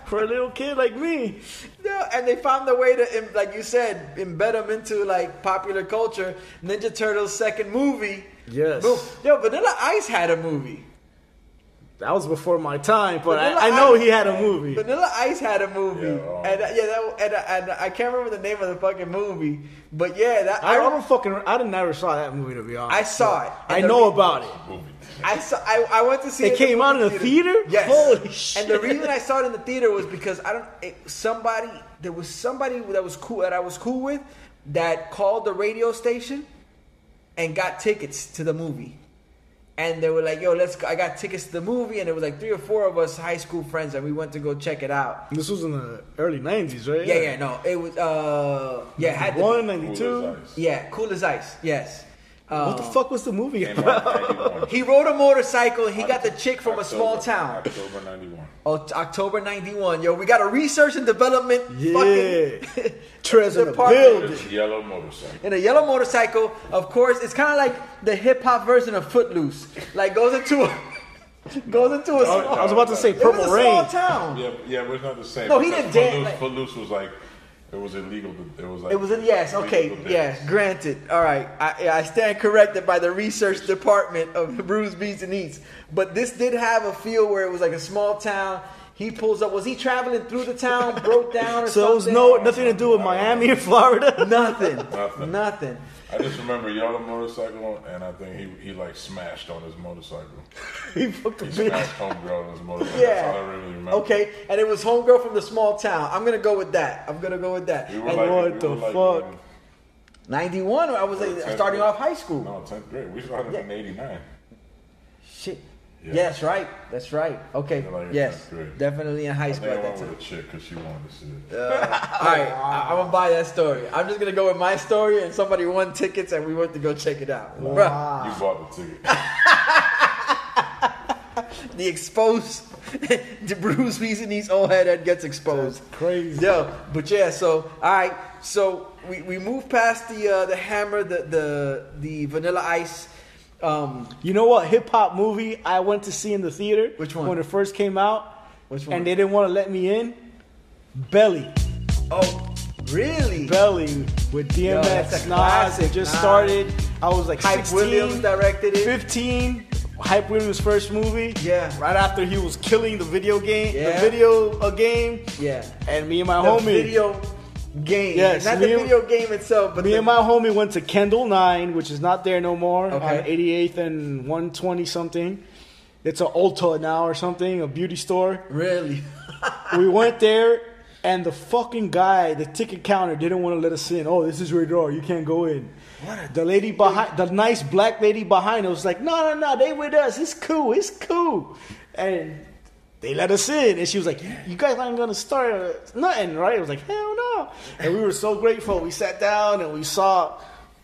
A: For a little kid like me.
B: Yeah, and they found a way to, im- like you said, embed them into like popular culture. Ninja Turtles second movie.
A: Yes.
B: Boom. Yo, Vanilla Ice had a movie.
A: That was before my time, but
B: Vanilla
A: I, I know
B: Ice-
A: he had a movie.
B: Vanilla Ice had a movie,
A: Yeah.
B: and uh, yeah, that, and, uh, and I can't remember the name of the fucking movie, but yeah, that
A: I
B: I,
A: don't fucking. I didn't never saw that movie to be honest.
B: I saw it.
A: I
B: And the
A: know
B: re-
A: about it.
C: Movie.
B: I saw I, I went to see
A: It
B: in the
A: came out in
B: movie
A: the theater?
B: Yes.
A: Holy shit.
B: And the reason I saw it in the theater was because I don't it, somebody there was somebody that was cool that I was cool with that called the radio station and got tickets to the movie. And they were like, "Yo, let's." Go. I got tickets to the movie, and it was like three or four of us high school friends, and we went to go check it out.
A: This was in the early '90s, right?
B: Yeah, yeah, no, it was. uh Yeah, it had to be.
A: One
C: Cool as
A: ninety-two.
C: ice.
B: Yeah, cool as ice. Yes.
A: What the
B: Um,
A: fuck was the movie
C: Came
A: about?
C: out in 91.
B: He rode a motorcycle. He got the chick from a
C: October-
B: small town.
C: October 91.
B: Oh, t- October 91. Yo, we got a research and development fucking
A: Yeah, Trez in the
B: Department.
A: building.
C: Yellow motorcycle.
B: in a yellow motorcycle. Of course, it's kind of like the hip hop version of Footloose. Like goes into a goes into a small,
A: I was about to say
B: it was a
A: Purple
B: small
A: Rain.
B: town.
C: Yeah, yeah, but it's not the same.
B: No, he
C: Because
B: didn't dance,
C: Footloose,
B: like-
C: Footloose was like, it was illegal. To, it was like.
B: It was in yes, okay,
C: illegal to
B: yes,
C: dance.
B: granted. All right, I, yeah, I stand corrected by the research department of Brews, Beats, and Eats. But this did have a feel where it was like a small town. He pulls up. Was he traveling through the town? Broke down or something?
A: So it was no nothing to do with Miami and Florida.
B: nothing,
C: Nothing.
B: nothing.
C: I just remember yellow motorcycle, and I think he, he like smashed on his motorcycle.
A: he fucked a
C: He
A: bitch.
C: smashed homegirl on his motorcycle. That's all I really
B: Yeah.
C: remember.
B: Okay, and it was homegirl from the small town. I'm gonna go with that. I'm gonna go with that.
C: We were
B: And
C: like,
A: What
C: we
A: the
C: were like,
A: fuck?
C: um,
B: 91. I was like
C: tenth
B: starting
C: grade.
B: off high school.
C: uh, No, 10th grade. We started in 89.
B: Shit.
C: Yeah.
B: Yes, right. That's right. Okay.
C: You're like in
B: yes,
C: tenth grade.
B: definitely in high
C: I
B: school
C: think I
B: at that
C: went
B: time.
C: with a chick because she wanted to see it.
B: All right, I, am gonna buy that story. I'm just gonna go with my story, and somebody won tickets, and we went to go check it out. Bruh,
C: You
A: Ah.
C: bought the ticket.
B: the exposed, the Bruce Weasley's old head that gets exposed.
A: Crazy.
B: Yo, but yeah, so all right, so we, we move past the uh, the hammer, the the the Vanilla Ice. Um,
A: You know what hip hop movie I went to see in the theater?
B: Which one?
A: When it first came out.
B: Which one?
A: And they didn't want to let me in. Belly,
B: oh, really?
A: Belly with
B: Yo,
A: DMX,
B: that's
A: Nas. It
B: a classic,
A: just
B: Nas.
A: started. I was like
B: Hype
A: 16,
B: Williams directed it.
A: 15. Hype Williams' first movie.
B: Yeah.
A: Right after he was killing the video game,
B: Yeah.
A: the video uh, game,
B: Yeah,
A: and me and my
B: the
A: homie.
B: video game.
A: Yes,
B: not
A: me
B: the
A: and-
B: video game itself, but
A: Me
B: the,
A: and my homie went to Kendall 9, which is not there no more,
B: Okay.
A: on 88th and 120 something. It's an Ulta now or something, a beauty store.
B: really.
A: we went there, and the fucking guy, the ticket counter, didn't want to let us in. Oh, this is rated R. You can't go in. the lady behind, the nice black lady behind us, was like, no, no, no, they with us. It's cool. It's cool. And they let us in, and she was like, "You guys aren't gonna start uh, nothing, right?" I was like, "Hell no!" And we were so grateful. We sat down and we saw.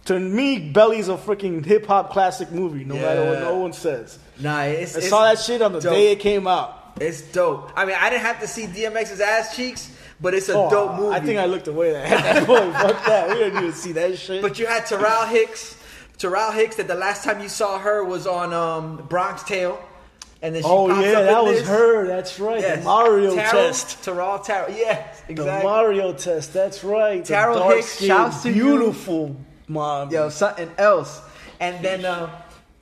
A: To me, Belly's a freaking hip hop classic movie. No matter what
B: Yeah.
A: no one says,
B: Nah, it's,
A: I
B: it's
A: saw that shit on the
B: dope.
A: day it came out.
B: It's dope. I mean, I didn't have to see DMX's ass cheeks, but it's a
A: Oh,
B: dope movie.
A: I think I looked away at that point. Fuck that. We didn't even see that shit.
B: But you had Terrell Hicks. Terrell Hicks. That the last time you saw her was on um, Bronx Tale, and then she
A: oh
B: pops
A: yeah,
B: up in
A: that was
B: this.
A: her. That's right.
B: Yes.
A: The Mario
B: Terrell-
A: test.
B: Terrell Terrell. Yes,
A: The
B: exactly.
A: Mario test. That's right. The
B: Terrell
A: dark
B: Hicks, shouts to you.
A: beautiful mom.
B: Yo, something else. And then, uh,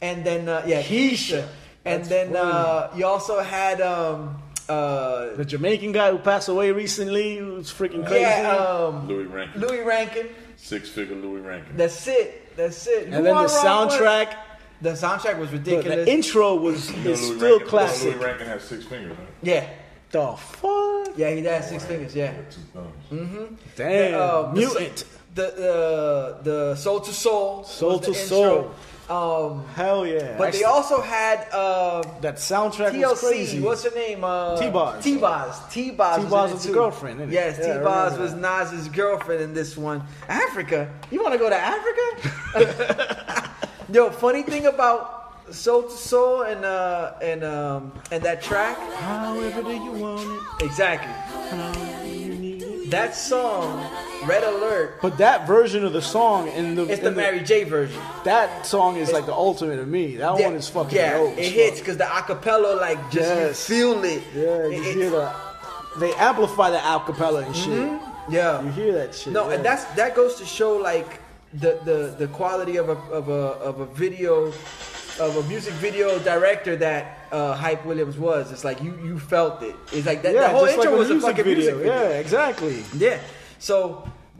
B: and then, uh, yeah, Keisha. And
A: That's
B: then uh, you also had um, uh,
A: The Jamaican guy who passed away recently, who's freaking crazy.
B: yeah, um,
C: Louis Rankin.
B: Louis Rankin.
C: Six figure Louis Rankin.
B: That's it. That's it. Who
A: and then
B: all
A: the
B: wrong was-
A: soundtrack,
B: The soundtrack was
A: the,
B: ridiculous.
A: the intro was
C: You know
A: is
C: Louis
A: still
C: Rankin-
A: classic.
C: Louis Rankin has six fingers. Huh?
B: yeah,
A: The fuck?
B: yeah, he had six fingers. Yeah.
C: Two thumbs.
A: Hmm? Damn,
B: um,
A: mutant.
B: the the the soul to soul,
A: Soul
B: was the
A: to
B: intro. Um,
A: Hell yeah!
B: but they also had uh,
A: that soundtrack was crazy.
B: TLC. What's her name? Uh,
A: T-Boz.
B: T-Boz. T-Boz.
A: T-Boz
B: in it
A: was the
B: too.
A: girlfriend, innit?
B: Yes,
A: Yeah, I
B: T-Boz
A: remember
B: was Nas's girlfriend in this one. Africa. You want to go to Africa? Yo, funny thing about Soul to Soul and uh and um and that track.
A: However do you want it.
B: Exactly. That song, Red Alert,
A: But that version of the song in the,
B: it's
A: in
B: the Mary J version.
A: that song is like the ultimate of me. That one is fucking
B: yeah,
A: dope.
B: it
A: as
B: hits
A: fuck.
B: because the acapella, like, just
A: Yes.
B: you feel it.
A: Yeah, you
B: It-
A: hear
B: it-
A: the they amplify the acapella and shit.
B: Yeah.
A: You hear that shit.
B: Mm-hmm. No,
A: yeah.
B: and that's that goes to show like the the the quality of a of a of a video of a music video director that uh, Hype Williams was. It's like you you felt it. It's like that,
A: yeah,
B: that whole
A: just
B: intro
A: like
B: was a fucking music video.
A: Yeah, exactly.
B: Yeah. So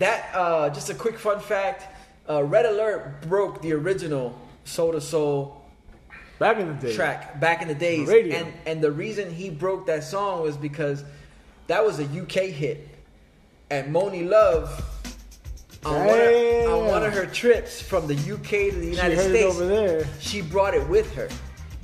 B: that uh, just a quick fun fact: uh, Red Alert broke the original Soul to Soul
A: Back in the day.
B: track back in the days,
A: Radio.
B: and and the reason he broke that song was because that was a UK hit, and Moni Love. On one, of, on one of her trips from the UK to the
A: She heard
B: United
A: it
B: States,
A: over there.
B: she brought it with her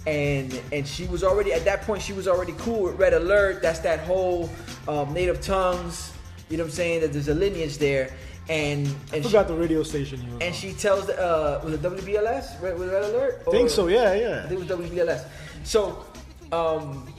B: and and she was already at that point she was already cool with red alert that's that whole um, native tongues you know what i'm saying that there's a lineage there and and she,
A: Forgot the radio station. You
B: and she tells the, uh was it wbls red, was it red alert
A: I think
B: Or-
A: so. Yeah, yeah.
B: I think it was WBLS. So, um,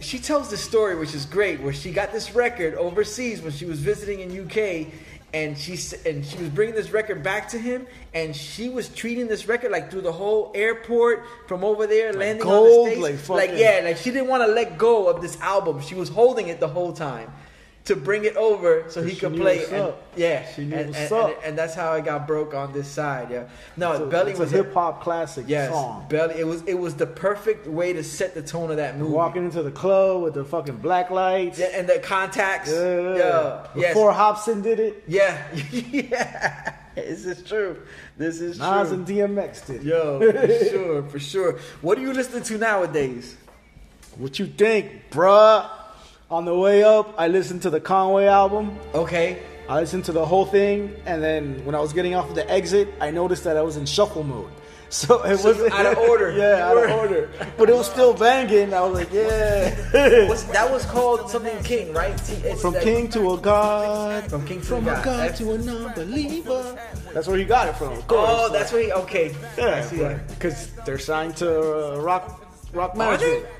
B: she tells this story, which is great, where she got this record overseas when she was visiting in UK, and she s- and she was bringing this record back to him, and she was treating this record like through the whole airport from over there, landing on
A: gold,
B: the States.
A: like
B: like
A: fucking-
B: yeah, like she didn't want to let go of this album. She was holding it the whole time. To bring it over so he
A: She
B: could
A: knew
B: play,
A: what's
B: and,
A: up.
B: yeah,
A: She knew
B: and,
A: what's
B: and,
A: up.
B: and- and that's how I got broke on this side. Yeah, no,
A: It's a-
B: Belly
A: it's
B: was
A: a hip hop classic
B: Yes,
A: song.
B: Belly. It was it was the perfect way to set the tone of that movie.
A: Walking into the club with the fucking black lights.
B: yeah, and the contacts.
A: Yeah.
B: yeah. Yes.
A: Before Hobson did it,
B: yeah, yeah. This is true. This is
A: Nas
B: true.
A: and DMX did. it.
B: Yo, for sure, for sure. What are you listening to nowadays?
A: What you think, bruh? On the way up, I listened to the Conway album.
B: Okay.
A: I listened to the whole thing, and then when I was getting off of the exit, I noticed that I was in shuffle mode. So it
B: So you
A: was
B: out of order. You
A: yeah, out
B: were-
A: of order. But it was still banging. I was like, yeah.
B: What's, that was called something King, right? T- it's
A: From
B: like-
A: king to a god.
B: From King to
A: From
B: God.
A: a god
B: That's-
A: to a non-believer. That's where you got it from. Of course.
B: Oh, that's what he. Okay. I see
A: yeah.
B: that.
A: Because they're signed to uh, rock, rock
B: Are they?
A: management.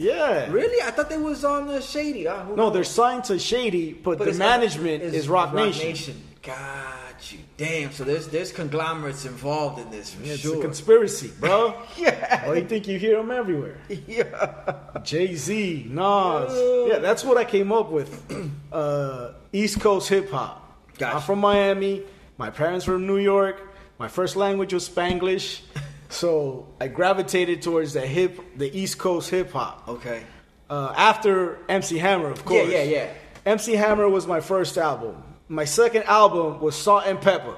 A: Yeah.
B: Really? I thought they was on the Shady. Uh, who
A: No, they're signed to Shady, but, the
B: it's-
A: management
B: it's
A: is Rock, Nation.
B: Got you. Damn. So there's there's conglomerates involved in this for
A: It's
B: sure.
A: a conspiracy, bro.
B: yeah.
A: oh, you think you hear them everywhere?
B: yeah.
A: Jay Z, Nas. Yeah, that's what I came up with. Uh, East Coast hip hop.
B: Gotcha.
A: I'm from Miami. My parents were from New York. My first language was Spanglish. So I gravitated towards the hip, the East Coast hip hop.
B: Okay.
A: Uh, after MC Hammer, of
B: Yeah,
A: course.
B: yeah, yeah.
A: MC Hammer was my first album. My second album was Salt and Pepper.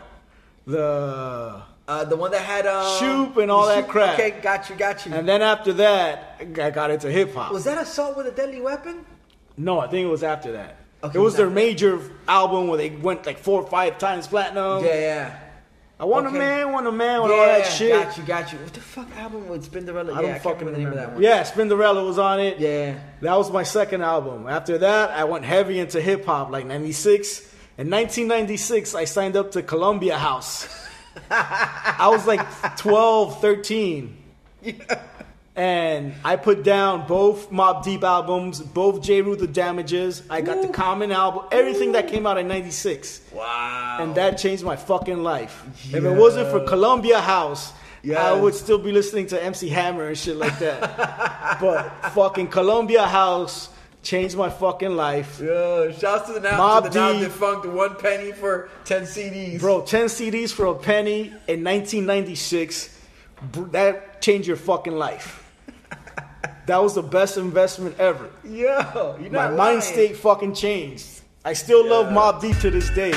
A: The
B: Uh, the one that had uh,
A: Shoop and all that crap.
B: Okay, got you, got you.
A: and then after that, I got into hip hop.
B: was that assault with a deadly weapon?
A: No, I think it was after that.
B: Okay,
A: it was
B: not-
A: their major album where they went like four or five times platinum.
B: yeah, yeah.
A: I want
B: okay.
A: a man, want a man, want
B: yeah,
A: Oh. all that shit.
B: Got you, got you. What the fuck album was Spinderella?
A: I
B: yeah,
A: don't
B: I can't
A: fucking
B: remember the
A: remember.
B: name of that one.
A: Yeah, Spinderella was on it.
B: Yeah.
A: That was my second album. After that, I went heavy into hip hop, like 96. In 1996, I signed up to Columbia House. I was like 12, 13. And I put down both Mob Deep albums, both J. Rue The Damages. I got the Common album, everything that came out in 96.
B: Wow.
A: And that changed my fucking life. If it wasn't for Columbia House, I
B: Yes.
A: would still be listening to MC Hammer and shit like that. but fucking Columbia House changed my fucking life.
B: Yo, shouts to the now
A: Mobb
B: to the now
A: Deep.
B: defunct one penny for ten CDs.
A: Bro, 10 CDs for a penny in 1996, br- that changed your fucking life. that was the best investment ever.
B: Yo, you
A: My mind state fucking changed. I still love Mob Deep to this day.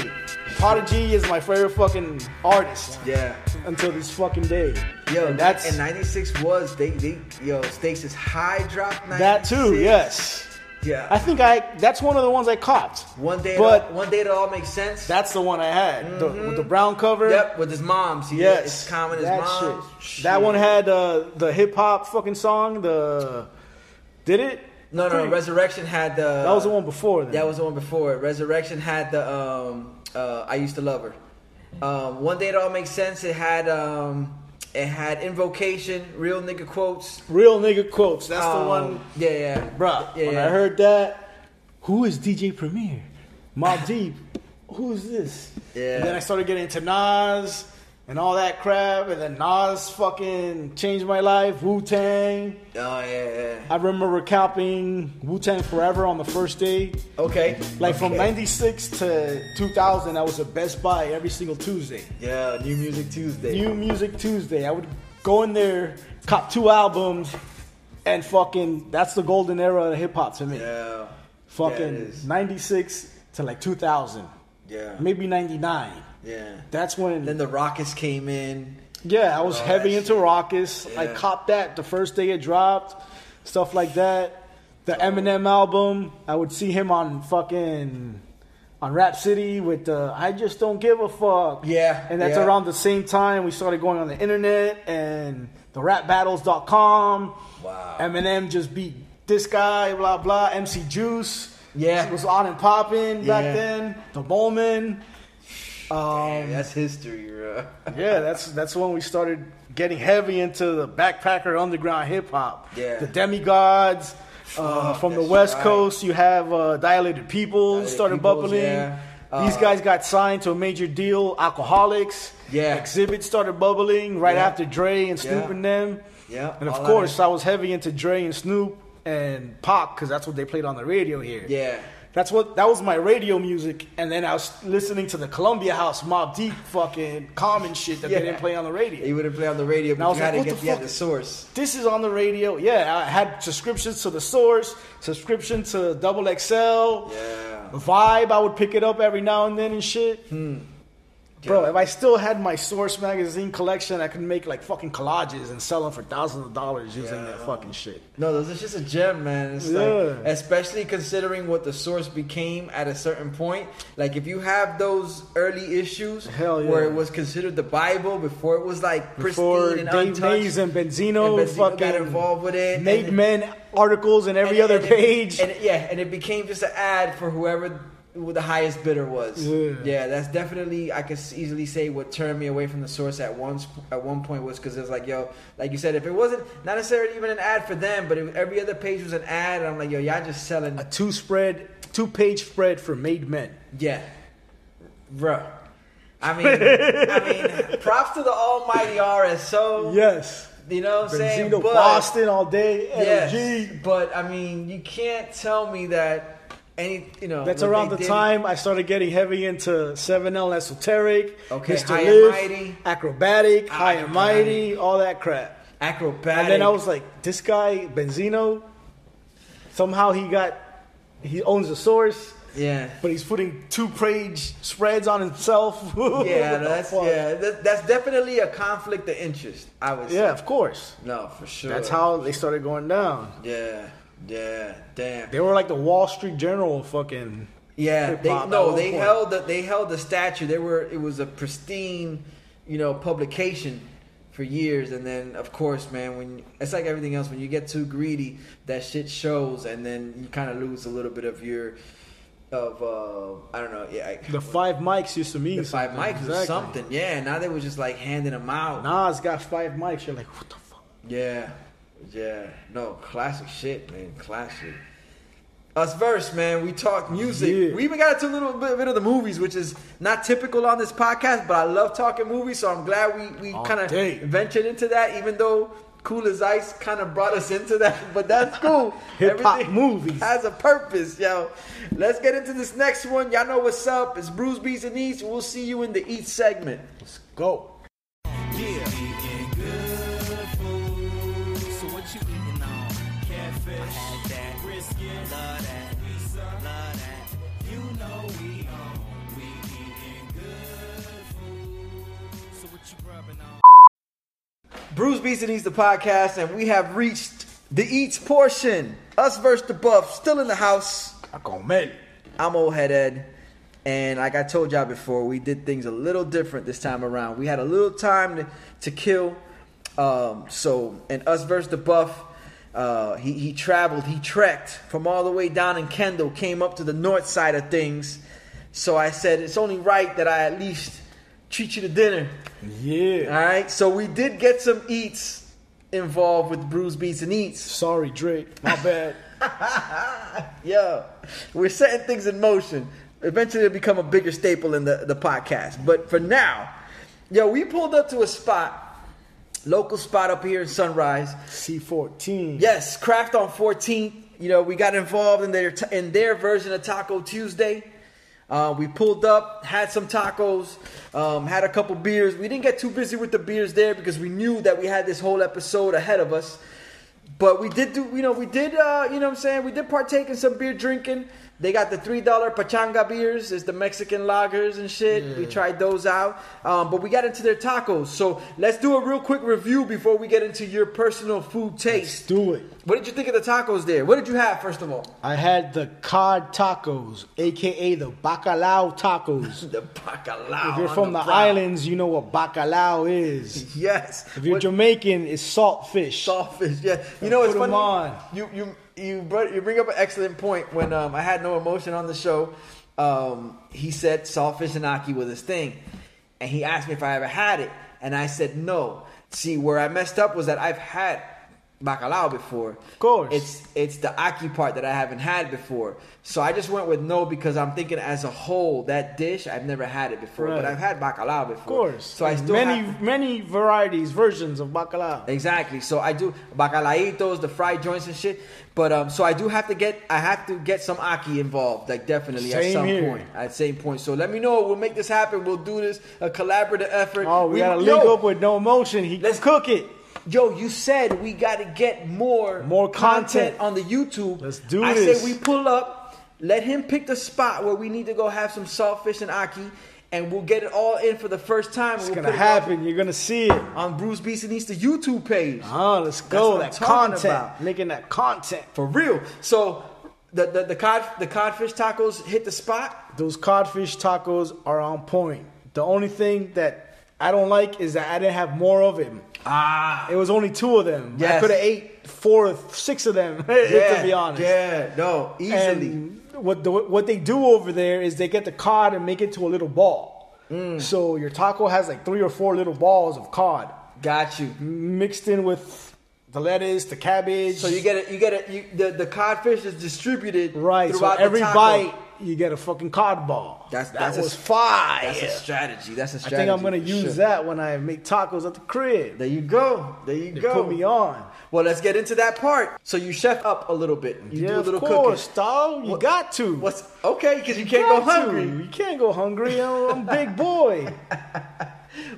A: Prodigy is my favorite fucking artist.
B: Yeah.
A: until this fucking day.
B: Yo,
A: and
B: that's
A: that's
B: and '96 was they they yo stakes is high drop. 96.
A: that too. Yes,
B: yeah.
A: I think I that's one of the ones I caught.
B: one day,
A: but
B: but one day it all makes sense.
A: that's the one I had the, with the brown cover.
B: yep, with his mom's. He,
A: Yes,
B: it's common as
A: that
B: mom's.
A: shit. That one had uh, the hip hop fucking song. The did it?
B: No, no,
A: Pretty-
B: Resurrection had the.
A: that was the one before. Then.
B: That was the one before. Resurrection had the um uh I used to love her. Um, one day it all makes sense. It had um it had invocation, real nigga quotes.
A: real nigga quotes. That's the
B: Um,
A: one,
B: Yeah, yeah,
A: bruh.
B: Yeah,
A: when
B: yeah.
A: I heard that, who is DJ Premier? Mob Deep. Who is this?
B: Yeah.
A: And then I started getting into Nas and all that crap, and then Nas fucking changed my life. Wu Tang.
B: Oh yeah, yeah.
A: I remember camping Wu Tang Forever on the first day.
B: Okay.
A: Like from
B: Okay.
A: '96 to 2000, I was at Best Buy every single Tuesday.
B: Yeah, New Music Tuesday.
A: New Music Tuesday. I would go in there, cop two albums, and fucking that's the golden era of hip hop to me.
B: Yeah.
A: fucking
B: Yeah, it is.
A: 96 to like 2000,
B: Yeah.
A: maybe 99.
B: Yeah.
A: That's when
B: Then the Rockets came in.
A: Yeah, I was
B: Oh,
A: heavy
B: that
A: into Raucous. I
B: Yeah.
A: copped that the first day it dropped, stuff like that. The
B: Oh.
A: Eminem album, I would see him on fucking on Rap City with the I just don't give a fuck.
B: Yeah,
A: and that's
B: yeah.
A: around the same time we started going on the internet and the RapBattles.com.
B: Wow.
A: Eminem just beat this guy, blah blah. MC Juice,
B: Yeah.
A: was on and popping back
B: Yeah.
A: then. The Bowman. Um,
B: Damn, that's history, bro.
A: Yeah, that's that's when we started getting heavy into the backpacker underground hip hop.
B: Yeah.
A: the demigods uh,
B: Fuck,
A: from the
B: that's
A: West
B: right.
A: Coast. You have uh, Dilated People
B: Dilated
A: started
B: Peoples,
A: bubbling.
B: yeah.
A: These
B: Uh,
A: guys got signed to a major deal. Alcoholics,
B: Yeah.
A: Exhibit started bubbling right
B: Yeah.
A: after Dre and Snoop
B: Yeah.
A: and them.
B: Yeah,
A: and of
B: all that
A: course
B: is-
A: I was heavy into Dre and Snoop and Pac because that's what they played on the radio here.
B: Yeah.
A: That's what that was my radio music, and then I was listening to the Columbia House Mob Deep fucking common shit that
B: Yeah.
A: they didn't play on the radio.
B: You wouldn't play on the radio,
A: I
B: but
A: was
B: you
A: like,
B: had to
A: what
B: get
A: the
B: the, yeah,
A: fuck?
B: the source.
A: This is on the radio. Yeah, I had subscriptions to the Source, subscription to Double XL,
B: Yeah.
A: Vibe. I would pick it up every now and then and shit.
B: Hmm.
A: Bro, if I still had my Source magazine collection, I could make like fucking collages and sell them for thousands of dollars using that fucking shit.
B: No, this is just a gem, man. It's like,
A: Yeah.
B: especially considering what the source became at a certain point. Like, if you have those early issues
A: Hell yeah.
B: where it was considered the Bible before it was like pristine
A: Before
B: and
A: Dave
B: untouched,
A: Mays and Benzino,
B: and Benzino
A: fucking
B: got involved with it,
A: Made
B: and-
A: Men articles and every
B: and-
A: other
B: and it-
A: page.
B: and it- yeah, and it became just an ad for whoever the highest bidder was.
A: Yeah.
B: that's definitely I could easily say what turned me away from the source at once at one point was because it was like yo, like you said, if it wasn't not necessarily even an ad for them, but it, every other page was an ad, and I'm like yo, y'all just selling,
A: a two spread, two page spread for Made Men.
B: yeah, bruh. I mean, I mean, props to the almighty RSO.
A: Yes.
B: You know what I'm saying?
A: Benzino,
B: But-
A: Boston all day.
B: Yes,
A: LG.
B: but I mean, you can't tell me that any you know
A: That's
B: what
A: around
B: they
A: the
B: did-
A: time I started getting heavy into 7L Esoteric,
B: Okay,
A: Mr.
B: High and
A: Lift,
B: Mighty.
A: Acrobatic, High and
B: Acrobatic.
A: Mighty, all that crap.
B: acrobatic.
A: And then I was like, this guy, Benzino, somehow he got, he owns the source,
B: yeah,
A: but he's putting two page spreads on himself.
B: yeah, that's yeah, that, that's definitely a conflict of interest. I would
A: Yeah,
B: say
A: of course.
B: no for sure.
A: That's how they started going down.
B: yeah, yeah, damn.
A: They were like the Wall Street Journal of fucking.
B: Yeah,
A: hip
B: they,
A: hop at
B: no,
A: one
B: they
A: point.
B: held the they held the statue. They were it was a pristine, you know, publication for years, and then of course, man, when it's like everything else, when you get too greedy, that shit shows, and then you kind of lose a little bit of your, of uh, I don't know, yeah, I,
A: The five mics used to mean
B: the five mics
A: something.
B: or
A: Exactly.
B: something. Yeah, now they were just like handing them out.
A: Nas got five mics. You're like, what the fuck?
B: Yeah, yeah, no, classic shit, man, classic. Us verse, man. We talk music.
A: Yeah.
B: We even got into a little bit, bit of the movies, which is not typical on this podcast. But I love talking movies, so I'm glad we we
A: All
B: kind of
A: day.
B: ventured into that. Even though Cool as Ice kind of brought us into that, but that's cool.
A: Hip hop
B: Everything
A: movies.
B: has a purpose, yo. Let's get into this next one. Y'all know what's up. It's Bruce Bees and Eats. We'll see you in the Eat segment.
A: Go.
D: Yeah. Eating good food. So what you eating on? Catfish. I had that. Brisket. Love that. Pizza. Love that. You know we on. We eating good food. So what you rubbing on?
B: Bruce Beats and Eats the podcast, and we have reached the eats portion. Us versus the buff, still in the house. I'm old head Ed, and like I told y'all before, we did things a little different this time around. We had a little time to, to kill. Um, so, and us versus the buff, uh, he, he traveled, he trekked from all the way down in Kendall, came up to the north side of things. So I said, it's only right that I at least treat you to dinner.
A: Yeah.
B: All right, so we did get some eats involved with Bruise Beats and Eats.
A: Sorry, Drake. My bad.
B: Yo, we're setting things in motion. Eventually, it'll become a bigger staple in the, the podcast. But for now, yo, we pulled up to a spot, local spot up here in Sunrise.
A: C14.
B: Yes, Craft on 14th. You know, we got involved in their in their version of Taco Tuesday. Uh, we pulled up, had some tacos, um, had a couple beers. We didn't get too busy with the beers there because we knew that we had this whole episode ahead of us. But we did do, you know, we did, uh, you know what I'm saying? We did partake in some beer drinking. They got the $3 pachanga beers, it's the Mexican lagers and shit. We tried those out. Um, but we got into their tacos. So let's do a real quick review before we get into your personal food taste.
A: Do it.
B: What did you think of the tacos there? What did you have, first of all?
A: I had the cod tacos, aka the bacalao tacos.
B: The bacalao.
A: If you're
B: on
A: from the
B: fry.
A: islands, you know what bacalao is.
B: Yes.
A: If you're
B: What-
A: Jamaican, it's salt fish.
B: Sawfish, yeah. You know, it's
A: put 'em
B: funny.
A: on.
B: You you you brought, you bring up an excellent point. When um, I had no emotion on the show, um, he said sawfish and aki was his thing, and he asked me if I ever had it, and I said no. See, where I messed up was that I've had bacalao before. Of
A: course.
B: it's it's the aki part that I haven't had before. So I just went with no because I'm thinking as a whole that dish I've never had it before, but
A: Right.
B: I've had bacalao before.
A: Of course.
B: So I
A: There's
B: still
A: many
B: have-
A: many varieties, versions of bacalao.
B: Exactly. So I do bacalaitos, the fried joints and shit. But um, so I do have to get I have to get some aki involved, like definitely at
A: Same
B: some
A: here.
B: point. At same point. So let me know. We'll make this happen. We'll do this a collaborative effort.
A: Oh, we, gotta
B: yo,
A: link up with no emotion. He
B: Let's-
A: let's cook it.
B: Yo, you said we gotta get more
A: More content.
B: on the YouTube.
A: Let's do
B: I
A: this.
B: say we pull up. Let him pick the spot where we need to go have some saltfish and aki, and we'll get it all in for the first time.
A: It's gonna happen. You're gonna see it.
B: on Bruce Beast and Easter YouTube page.
A: Oh, let's go.
B: what I'm
A: That
B: talking
A: content,
B: about.
A: making that content.
B: For real. So the the, the cod the codfish tacos hit the spot.
A: Those codfish tacos are on point. The only thing that I don't like is that I didn't have more of it.
B: Ah.
A: It was only two of them. I
B: Yes.
A: could have ate four, six of them.
B: Yeah,
A: to be honest.
B: Yeah, no, easily.
A: And what the, what they do over there is they get the cod and make it to a little ball.
B: Mm.
A: So your taco has like three or four little balls of cod
B: Got you.
A: mixed in with the lettuce, the cabbage.
B: So you get it you get it you, the the codfish is distributed
A: right. So
B: throughout
A: every
B: the taco.
A: bite you get a fucking cod ball.
B: That's-
A: that
B: that's a-
A: was fire.
B: That's a strategy. That's a
A: I
B: strategy.
A: think I'm gonna
B: for
A: use
B: sure.
A: that when I make tacos at the crib.
B: There you go. There you
A: They
B: go.
A: put me on.
B: Well, let's get into that part. So you chef up a little bit. You
A: yeah,
B: do a little
A: of course,
B: cooking.
A: dog. You
B: What-
A: got to.
B: What's okay? Because you
A: You
B: can't go
A: got to.
B: hungry.
A: You can't go hungry. I'm I'm a big boy.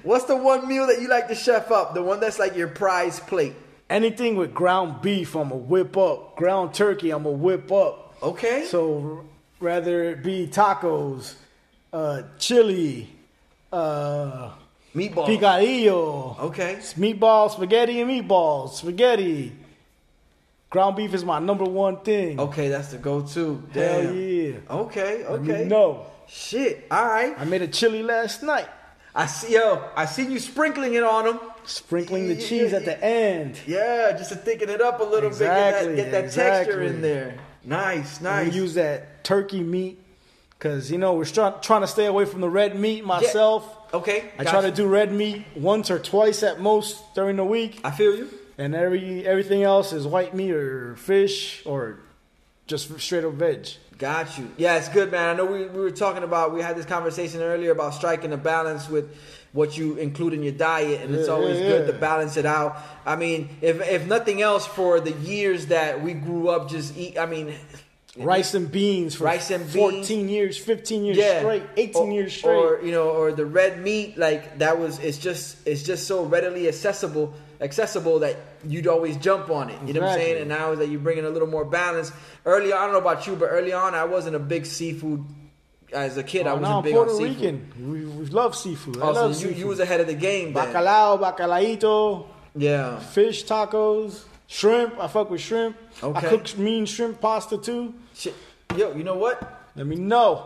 B: What's the one meal that you like to chef up? The one that's like your prize plate.
A: Anything with ground beef, I'm a whip up. Ground turkey, I'm a whip up.
B: Okay.
A: So r- rather it be tacos, uh, chili, uh,
B: meatball.
A: picadillo,
B: Okay.
A: It's meatballs, spaghetti, and meatballs, spaghetti. Ground beef is my number one thing.
B: Okay, that's the go-to.
A: Hell
B: Damn.
A: yeah. Okay.
B: Okay. Okay.
A: No,
B: Shit. All right.
A: I made a chili last night,
B: I see. Yo, I see you sprinkling it on them.
A: sprinkling the
B: Yeah,
A: cheese at the end.
B: Yeah, just to thicken it up a little
A: Exactly,
B: bit. Get that, get that texture
A: exactly.
B: in there. Nice.
A: I
B: Nice.
A: use that turkey meat because you know we're trying trying to stay away from the red meat myself.
B: okay.
A: I
B: got
A: try to
B: you.
A: do red meat once or twice at most during the week,
B: I feel you.
A: and every everything else is white meat or fish or just straight up veg.
B: Got you. Yeah, it's good, man. I know we, we were talking about, we had this conversation earlier about striking a balance with what you include in your diet, and it's
A: Yeah,
B: always
A: yeah,
B: good
A: yeah.
B: to balance it out. I mean, if, if nothing else, for the years that we grew up, just eat, I mean,
A: Rice and beans for
B: Rice and
A: 14
B: beans.
A: years, 15 years straight, 18
B: Or-
A: years straight.
B: or you know, or the red meat like that was. It's just it's just so readily accessible, accessible that you'd always jump on it. You know what I'm saying?
A: Exactly.
B: And now is that you're bringing a little more balance. Early, on, I don't know about you, but early on, I wasn't a big seafood. As a kid, I
A: Oh, now
B: wasn't
A: I'm
B: big
A: Puerto
B: on seafood.
A: Rican. We, we love seafood. I
B: Also,
A: love
B: you,
A: seafood.
B: you was ahead of the game. Then.
A: Bacalao, bacalaito,
B: Yeah.
A: fish tacos, shrimp. I fuck with shrimp.
B: Okay.
A: I cook mean shrimp pasta too.
B: Shit. Yo, you know what?
A: Let me know.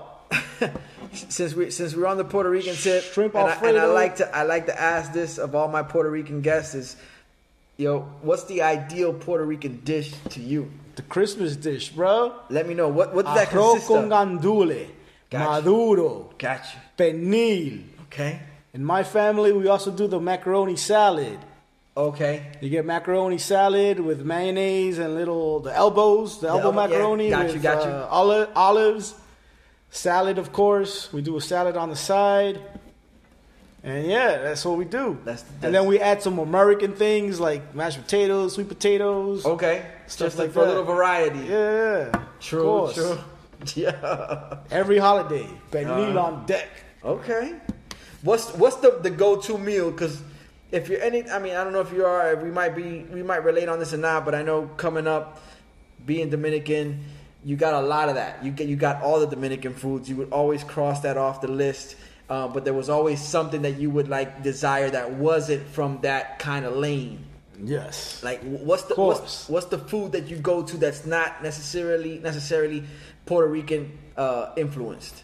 B: since we since we're on the Puerto Rican tip,
A: Shrimp
B: and I, and I
A: Alfredo.
B: like to I like to ask this of all my Puerto Rican guests is, yo, what's the ideal Puerto Rican dish to you?
A: The Christmas dish, bro.
B: Let me know what what does that
A: Arroz
B: consist
A: con
B: of?
A: gandule,
B: Gotcha.
A: maduro,
B: Gotcha.
A: penil.
B: Okay.
A: In my family, we also do the macaroni salad.
B: Okay.
A: You get macaroni salad with mayonnaise and little the elbows, the, elbow
B: elbow, yeah.
A: macaroni
B: Got you,
A: with
B: got you.
A: uh, oli- olives. Salad, of course. We do a salad on the side, and yeah, that's what we do.
B: That's-
A: and
B: that's-
A: then we add some American things like mashed potatoes, sweet potatoes.
B: Okay.
A: Stuff
B: Just like
A: like
B: for a
A: that.
B: little variety.
A: Yeah, yeah, of
B: True.
A: course.
B: True. Yeah.
A: Every holiday, Benil
B: Uh-huh.
A: on deck.
B: Okay. What's what's the, the go to meal? Because if you're any, I mean, I don't know if you are. We might be. We might relate on this or not. But I know coming up, being Dominican, you got a lot of that. You get you got all the Dominican foods. You would always cross that off the list. Uh, but there was always something that you would like desire that wasn't from that kind of lane.
A: Yes.
B: Like wh- what's the
A: Course.
B: what's, what's the food that you go to that's not necessarily necessarily Puerto Rican uh, influenced?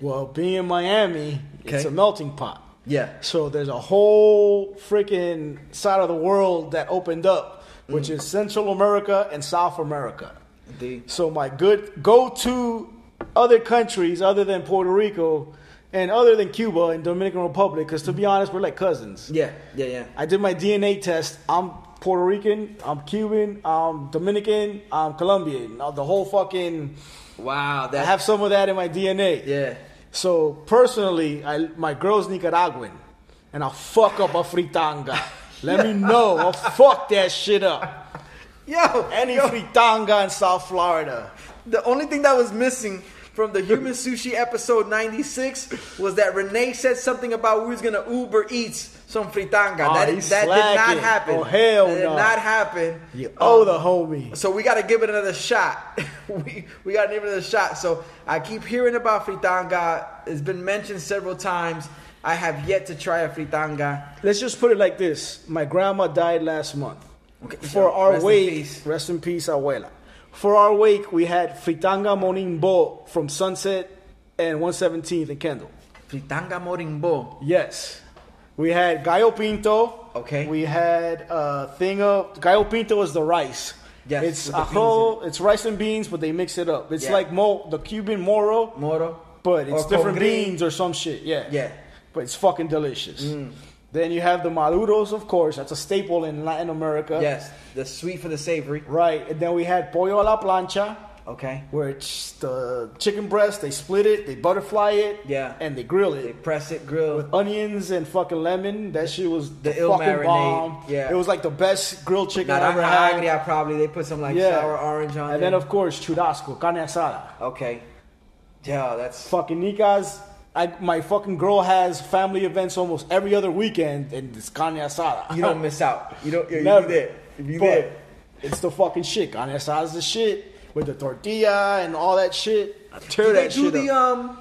A: Well, being in Miami, it's
B: Okay.
A: a melting pot.
B: Yeah.
A: So there's a whole freaking side of the world that opened up, which is Central America and South America.
B: Indeed.
A: So my good go to other countries other than Puerto Rico and other than Cuba and Dominican Republic, because to be honest, we're like cousins.
B: Yeah. Yeah. Yeah.
A: I did my DNA test. I'm Puerto Rican. I'm Cuban. I'm Dominican. I'm Colombian. Now, The whole fucking.
B: Wow,
A: I
B: that
A: have some of that in my DNA.
B: yeah.
A: So personally, I, my girl's Nicaraguan, and I'll fuck up a fritanga. Let me know. I'll fuck that shit up.
B: Yo,
A: Any
B: yo,
A: fritanga in South Florida.
B: the only thing that was missing from the Human Sushi episode 96 was that Renee said something about we was gonna Uber Eats some fritanga.
A: Oh,
B: that
A: he
B: that did not
A: slacking.
B: happen.
A: Oh, hell
B: that did
A: no.
B: not happen.
A: You owe
B: Um,
A: Oh, the homie.
B: So we got to give it another shot. we we got to give it another shot. So I keep hearing about fritanga. It's been mentioned several times. I have yet to try a fritanga.
A: Let's just put it like this: My grandma died last month.
B: Okay,
A: For
B: so
A: our
B: rest in
A: wake,
B: peace.
A: rest in peace, abuela. For our wake, we had fritanga monimbo from Sunset and 117th and Kendall.
B: Fritanga morimbo.
A: Yes. We had gallo pinto.
B: Okay.
A: We had uh, thing of gallo pinto is the rice.
B: Yes,
A: It's
B: with the beans
A: ajo, it's rice and beans, but they mix it up. It's
B: Yeah.
A: like mo, the Cuban moro,
B: Moro.
A: but it's
B: Or
A: different
B: con green.
A: beans or some shit. Yeah.
B: Yeah. Mm.
A: But it's fucking delicious. Then you have the maduros, of course. That's a staple in Latin America.
B: Yes, the sweet for the savory.
A: Right. And then we had pollo a la plancha,
B: Okay.
A: where it's the chicken breast. They split it, they butterfly it,
B: Yeah.
A: and they grill it.
B: They press it, grill.
A: with onions and fucking lemon. That shit was the,
B: ill
A: fucking
B: marinade,
A: bomb.
B: yeah.
A: it was like the best grilled chicken I
B: Naranja
A: ever had.
B: agria, probably. They put some like sour orange on
A: and
B: there.
A: then of course churrasco, carne asada,
B: okay. Yeah, that's
A: fucking Nikas. I, my fucking girl has family events almost every other weekend, and it's carne asada.
B: you don't miss out. You don't. You, you
A: Never.
B: did. You
A: But
B: did.
A: It's the fucking shit. Carne asada's the shit with the tortilla and all that shit. I tear
B: Do they
A: that
B: do
A: shit
B: the
A: up.
B: um?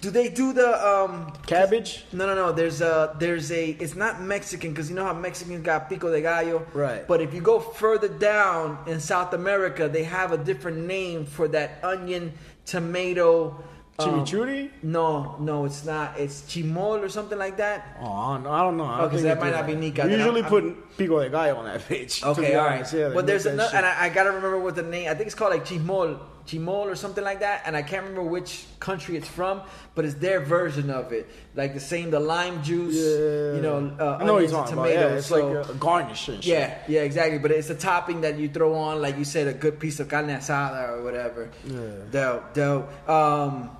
B: Do they do the um?
A: uh, Cabbage.
B: No, no, no. There's a there's a. It's not Mexican because you know how Mexicans got pico de gallo.
A: Right.
B: But if you go further down in South America, they have a different name for that onion, tomato. um,
A: Chimichurri?
B: No, no, it's not. It's chimol or something like that.
A: Oh, I don't- I don't know. I don't
B: Okay, so
A: think they
B: that
A: do
B: might not be Nika,
A: We
B: then
A: usually
B: I'm-
A: put pico de gallo on that bitch. to be
B: Okay, all right.
A: honest. Yeah, they
B: but
A: make
B: there's
A: that
B: another,
A: shit.
B: and I, I gotta remember what the name. I think it's called like chimol, chimol or something like that. And I can't remember which country it's from, but it's their version of it, like the same, the lime juice. You know, uh,
A: I know what
B: onions
A: you're
B: and
A: talking about.
B: tomatoes.
A: Yeah, it's
B: so,
A: like a, a garnish and shit.
B: yeah, yeah, exactly. But it's a topping that you throw on, like you said, a good piece of carne asada or whatever.
A: Yeah.
B: Dope, dope. Um,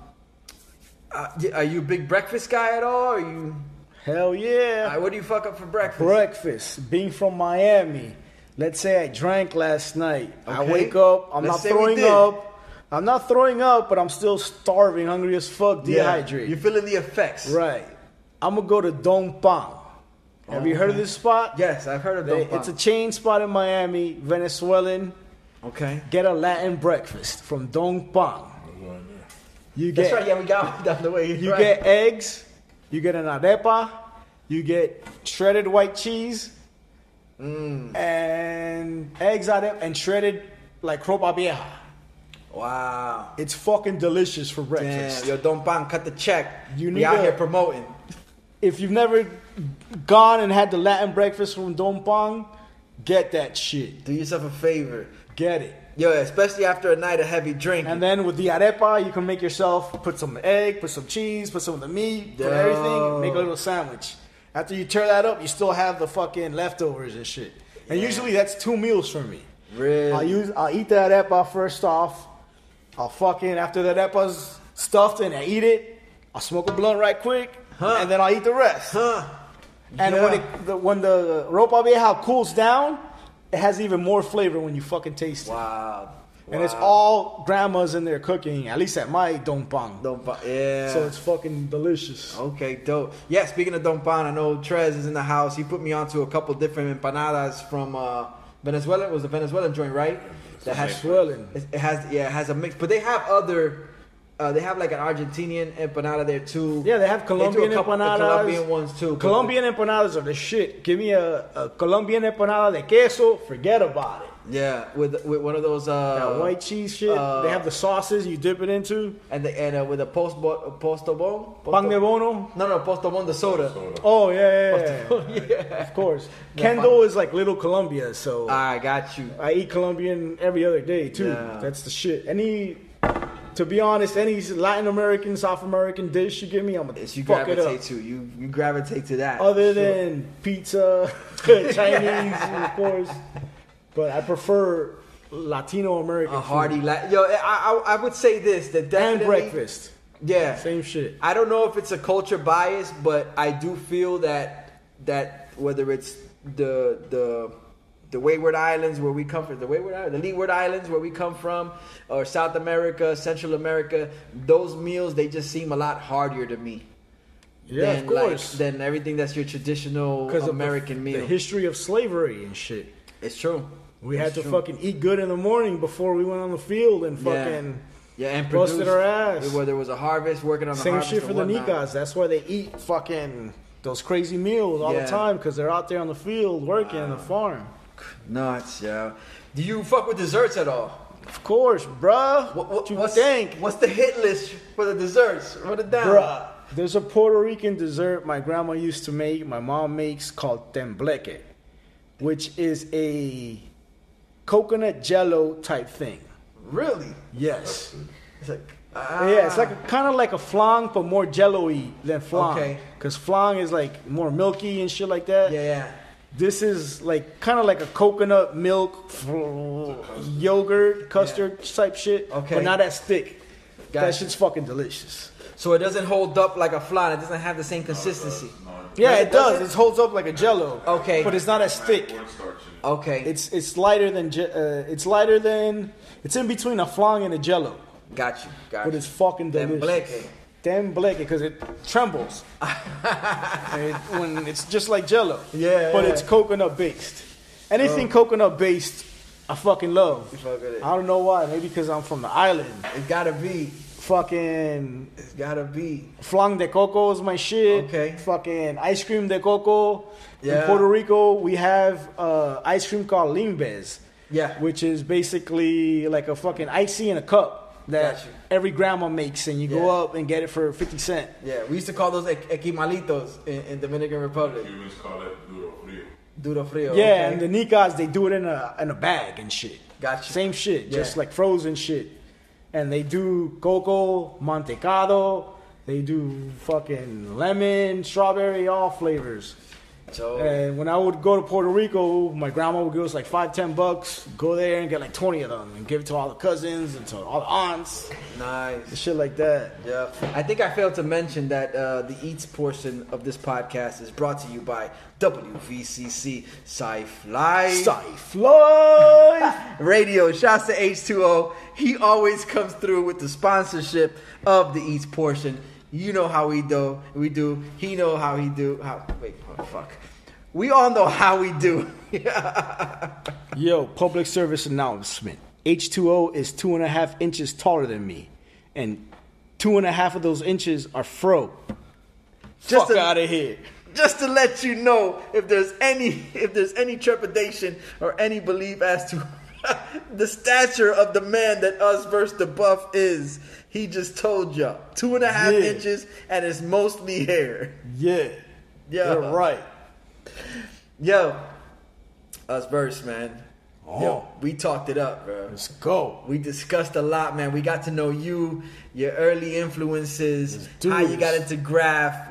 B: uh, y- are you a big breakfast guy at all? Are you?
A: Hell yeah.
B: Uh, what do you fuck up for breakfast?
A: Breakfast. Being from Miami, let's say I drank last night. I
B: Okay.
A: wake up. I'm
B: Let's
A: not
B: say we
A: throwing
B: did.
A: up. I'm not throwing up, but I'm still starving, hungry as fuck,
B: Yeah,
A: dehydrated.
B: You're feeling the effects.
A: Right. I'm gonna go to Dong Pang. Have you heard of this spot?
B: Yes, I've heard of
A: They-
B: Dopang.
A: it's a chain spot in Miami, Venezuelan.
B: okay.
A: Get a Latin breakfast from Dong Pang. You get
B: That's right. Yeah, we got one down the way.
A: You
B: right.
A: get eggs, you get an arepa, you get shredded white cheese,
B: Mm.
A: and eggs arepa, and shredded like ropa vieja.
B: wow.
A: It's fucking delicious for breakfast.
B: Damn, yo, Don Pan, cut the check.
A: You
B: You
A: need
B: we out
A: a-
B: here promoting.
A: If you've never gone and had the Latin breakfast from Don Pong, get that shit.
B: Do yourself a favor,
A: Get it.
B: yo, especially after a night of heavy drinking.
A: And then with the arepa, you can make yourself put some egg, put some cheese, put some of the meat, put everything, make a little sandwich. After you tear that up, you still have the fucking leftovers and shit. And usually that's two meals for me.
B: Really?
A: I'll use I'll eat the arepa first off. I'll fucking after the arepa's stuffed and I eat it. I'll smoke a blunt right quick,
B: Huh.
A: and then I'll eat the rest.
B: huh?
A: And
B: Yeah.
A: when it, the, when the ropa vieja cools down, it has even more flavor when you fucking taste it.
B: Wow.
A: And it's
B: Wow.
A: all grandmas in there cooking, at least at my donpang.
B: Don't buy. Yeah.
A: So it's fucking delicious.
B: Oh, Okay, dope. Yeah, speaking of Don Pan, I know Trez is in the house. He put me onto a couple different empanadas from uh, Venezuela. It was a Venezuelan joint, right? That has
A: Venezuelan.
B: It it has yeah, it has a mix, but they have other. Uh, they have like an Argentinian empanada there too.
A: Yeah, they have
B: do a
A: Colombian
B: couple of
A: empanadas.
B: Colombian ones too. but-
A: Colombian empanadas are the shit. Give me a, a Colombian empanada de queso, forget about it.
B: Yeah, with with one of those uh,
A: That white cheese shit.
B: uh,
A: they have the sauces you dip it into.
B: and the, and uh, with a post posto bon
A: Pan de bono.
B: No, no, posto bon the soda.
A: Oh yeah, yeah, yeah.
B: yeah.
A: of course.
B: Yeah, Ah,
A: Kendo is like little Colombia, so
B: I got you.
A: I eat Colombian every other day too.
B: Yeah.
A: That's the shit. Any, to be honest, any Latin American, South American dish you give me, I'm gonna
B: It's you
A: fuck it
B: gravitate
A: up.
B: to you you gravitate to that.
A: Other
B: Sure.
A: than pizza, Chinese, of course, but I prefer Latino American
B: a hearty la- yo, I, I I would say this that
A: food. and
B: definitely
A: breakfast.
B: Yeah,
A: Same shit.
B: I don't know if it's a culture bias, but I do feel that that whether it's the the the Wayward Islands where we come from, the Wayward Islands, the Leeward Islands where we come from, or South America, Central America, those meals they just seem a lot hardier to me.
A: Yeah,
B: than,
A: of course.
B: Like, than everything that's your traditional
A: of the-
B: Oh, American meal.
A: the history of slavery and shit.
B: it's true.
A: We
B: It's
A: had to
B: true.
A: fucking eat good in the morning before we went on the field and
B: Yeah.
A: fucking
B: yeah, and
A: busted
B: produced,
A: our ass.
B: Whether it was a harvest, working on the
A: same
B: harvest
A: shit for
B: and
A: the
B: whatnot.
A: Nikas. That's why they eat fucking those crazy meals all
B: Yeah.
A: the time because they're out there on the field working in the farm.
B: Nuts, yeah. Do you fuck with desserts at all?
A: Of course, bruh.
B: What,
A: What,
B: what,
A: you
B: what's,
A: think,
B: what's the hit list for the desserts? Run it down.
A: bruh? There's a Puerto Rican dessert my grandma used to make, my mom makes called tembleque, which is a coconut jello type thing.
B: Really?
A: Yes.
B: It's like, ah.
A: Yeah, it's like kind of like a flan, but more jello-y than flan.
B: Okay.
A: Because flan is like more milky and shit like that.
B: ah. Yeah, yeah.
A: This is like kind of like a coconut milk fl- yogurt custard type shit.
B: Okay.
A: But not as thick.
B: Gotcha.
A: That shit's fucking delicious.
B: So it doesn't hold up like a flan. It doesn't have the same consistency.
A: Yeah,
B: Does it-
A: it does.
B: does
A: It holds up like a jello.
B: Okay.
A: But it's not as thick.
B: Okay.
A: It's it's lighter than je- uh, it's lighter than it's in between a flan and a jello.
B: got you. Got
A: But
B: you.
A: it's fucking
B: Tembleque.
A: delicious. Damn black because it trembles And it, when it's just like Jello.
B: Yeah,
A: but
B: yeah.
A: it's coconut based. Anything coconut based, I fucking love.
B: Oh. fuck with it.
A: I don't know why. Maybe because I'm from the island.
B: It gotta be.
A: Fucking
B: It's gotta be.
A: flan de coco is my shit.
B: Okay.
A: Fucking ice cream de coco.
B: Yeah.
A: In Puerto Rico, we have uh, ice cream called limbes,
B: Yeah.
A: which is basically like a fucking icy in a cup that
B: Got you.
A: every grandma makes, and you go
B: Yeah.
A: up and get it for fifty cent.
B: yeah. We used to call those equ- equimalitos in, in Dominican Republic.
E: Humans call it duro frio.
B: Duro frio.
A: Yeah,
B: okay.
A: and the Nikas they do it in a in a bag and shit.
B: Gotcha.
A: Same shit, just
B: Yeah.
A: like frozen shit. And they do cocoa, mantecado. They do fucking lemon, strawberry, all flavors.
B: So,
A: And when I would go to Puerto Rico, my grandma would give us like five, ten bucks. Go there and get like twenty of them, and give it to all the cousins and to all the aunts,
B: nice.
A: and shit like that.
B: Yeah, I think I failed to mention that uh, the eats portion of this podcast is brought to you by WVCC Sci Life
A: Safe life.
B: Radio. Shouts to H2O. He always comes through with the sponsorship of the eats portion. You know how we do. We do. He know how he do. How? Wait, oh, fuck. We all know how we do.
A: Yo, public service announcement. H2O is two and a half inches taller than me. And two and a half of those inches are fro.
B: Just
A: Fuck
B: a-
A: out of here.
B: just to let you know if there's any if there's any trepidation or any belief as to the stature of the man that us versus the buff is he just told y'all two and a half
A: Yeah.
B: inches and it's mostly hair
A: Yeah.
B: Yeah.
A: You're right.
B: yo us verse man
A: Oh.
B: yo we talked it up bro
A: Let's go.
B: We discussed a lot, man. We got to know you, your early influences,
A: do
B: how you
A: this.
B: got into graph,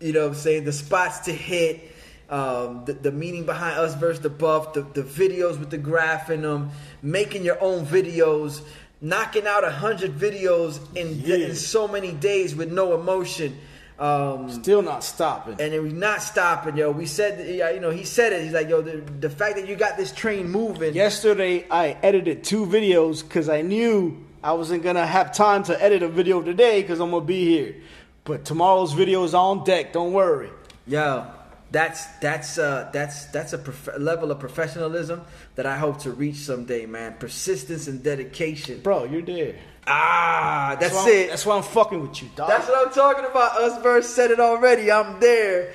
B: you know what I'm saying, the spots to hit, um, the, the meaning behind us versus the buff, the, the videos with the graph in them, making your own videos, knocking out a 100 videos in, in
A: Yeah.
B: so many days with no emotion. Um,
A: Still not stopping.
B: and then we not stopping, yo. We said, yeah, you know, he said it. He's like, yo, the, the fact that you got this train moving,
A: Yesterday, I edited two videos because I knew I wasn't gonna have time to edit a video today because I'm gonna be here. But tomorrow's video is on deck. Don't worry.
B: yo, that's that's uh that's that's a prof- level of professionalism that I hope to reach someday, man. Persistence and dedication.
A: Bro, you're there.
B: Ah, that's,
A: why I'm-
B: it.
A: That's why I'm fucking with you, dog.
B: That's what I'm talking about. Us verse said it already. I'm there.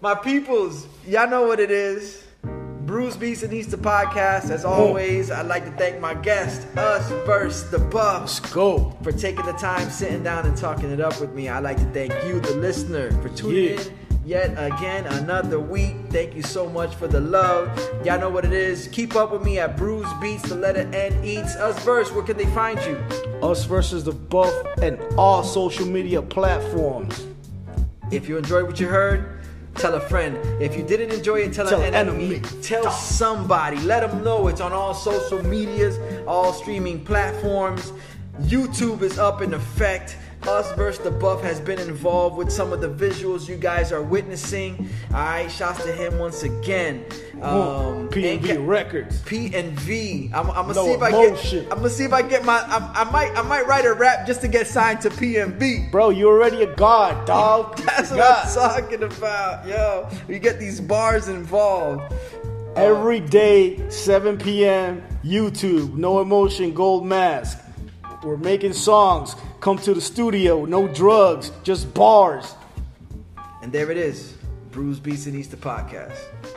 B: My peoples, y'all know what it is. Bruce Beats and Easter Podcast. As always, I'd like to thank my guest, Us verse the Buffs.
A: Let's go.
B: for taking the time sitting down and talking it up with me. I'd like to thank you, the listener, for tuning
A: Yeah.
B: in yet again another week. Thank you so much for the love. Y'all know what it is. Keep up with me at Bruise Beats, the letter N Eats. Us verse, where can they find you?
A: Us versus the Buff and all social media platforms.
B: If you enjoyed what you heard, tell a friend. If you didn't enjoy it, tell,
A: Tell
B: an
A: an
B: enemy.
A: enemy.
B: Tell somebody. Let them know it's on all social medias, all streaming platforms. YouTube is up in effect. Us versus the Buff has been involved with some of the visuals you guys are witnessing. All right, shouts to him once again. Um,
A: Hmm. P and B
B: and-
A: Records.
B: P and V. I'm, I'm gonna
A: No
B: see if I
A: emotion.
B: get. I'm gonna see if I get my. I'm, I might. I might write a rap just to get signed to P and V.
A: Bro, you're already a god, dog.
B: That's what I'm talking about, yo. You get these bars involved.
A: Every day, 7 p.m., YouTube, No Emotion, Gold Mask. We're making songs. Come to the studio, no drugs, just bars.
B: And there it is, Bruise Beats and Easter podcast.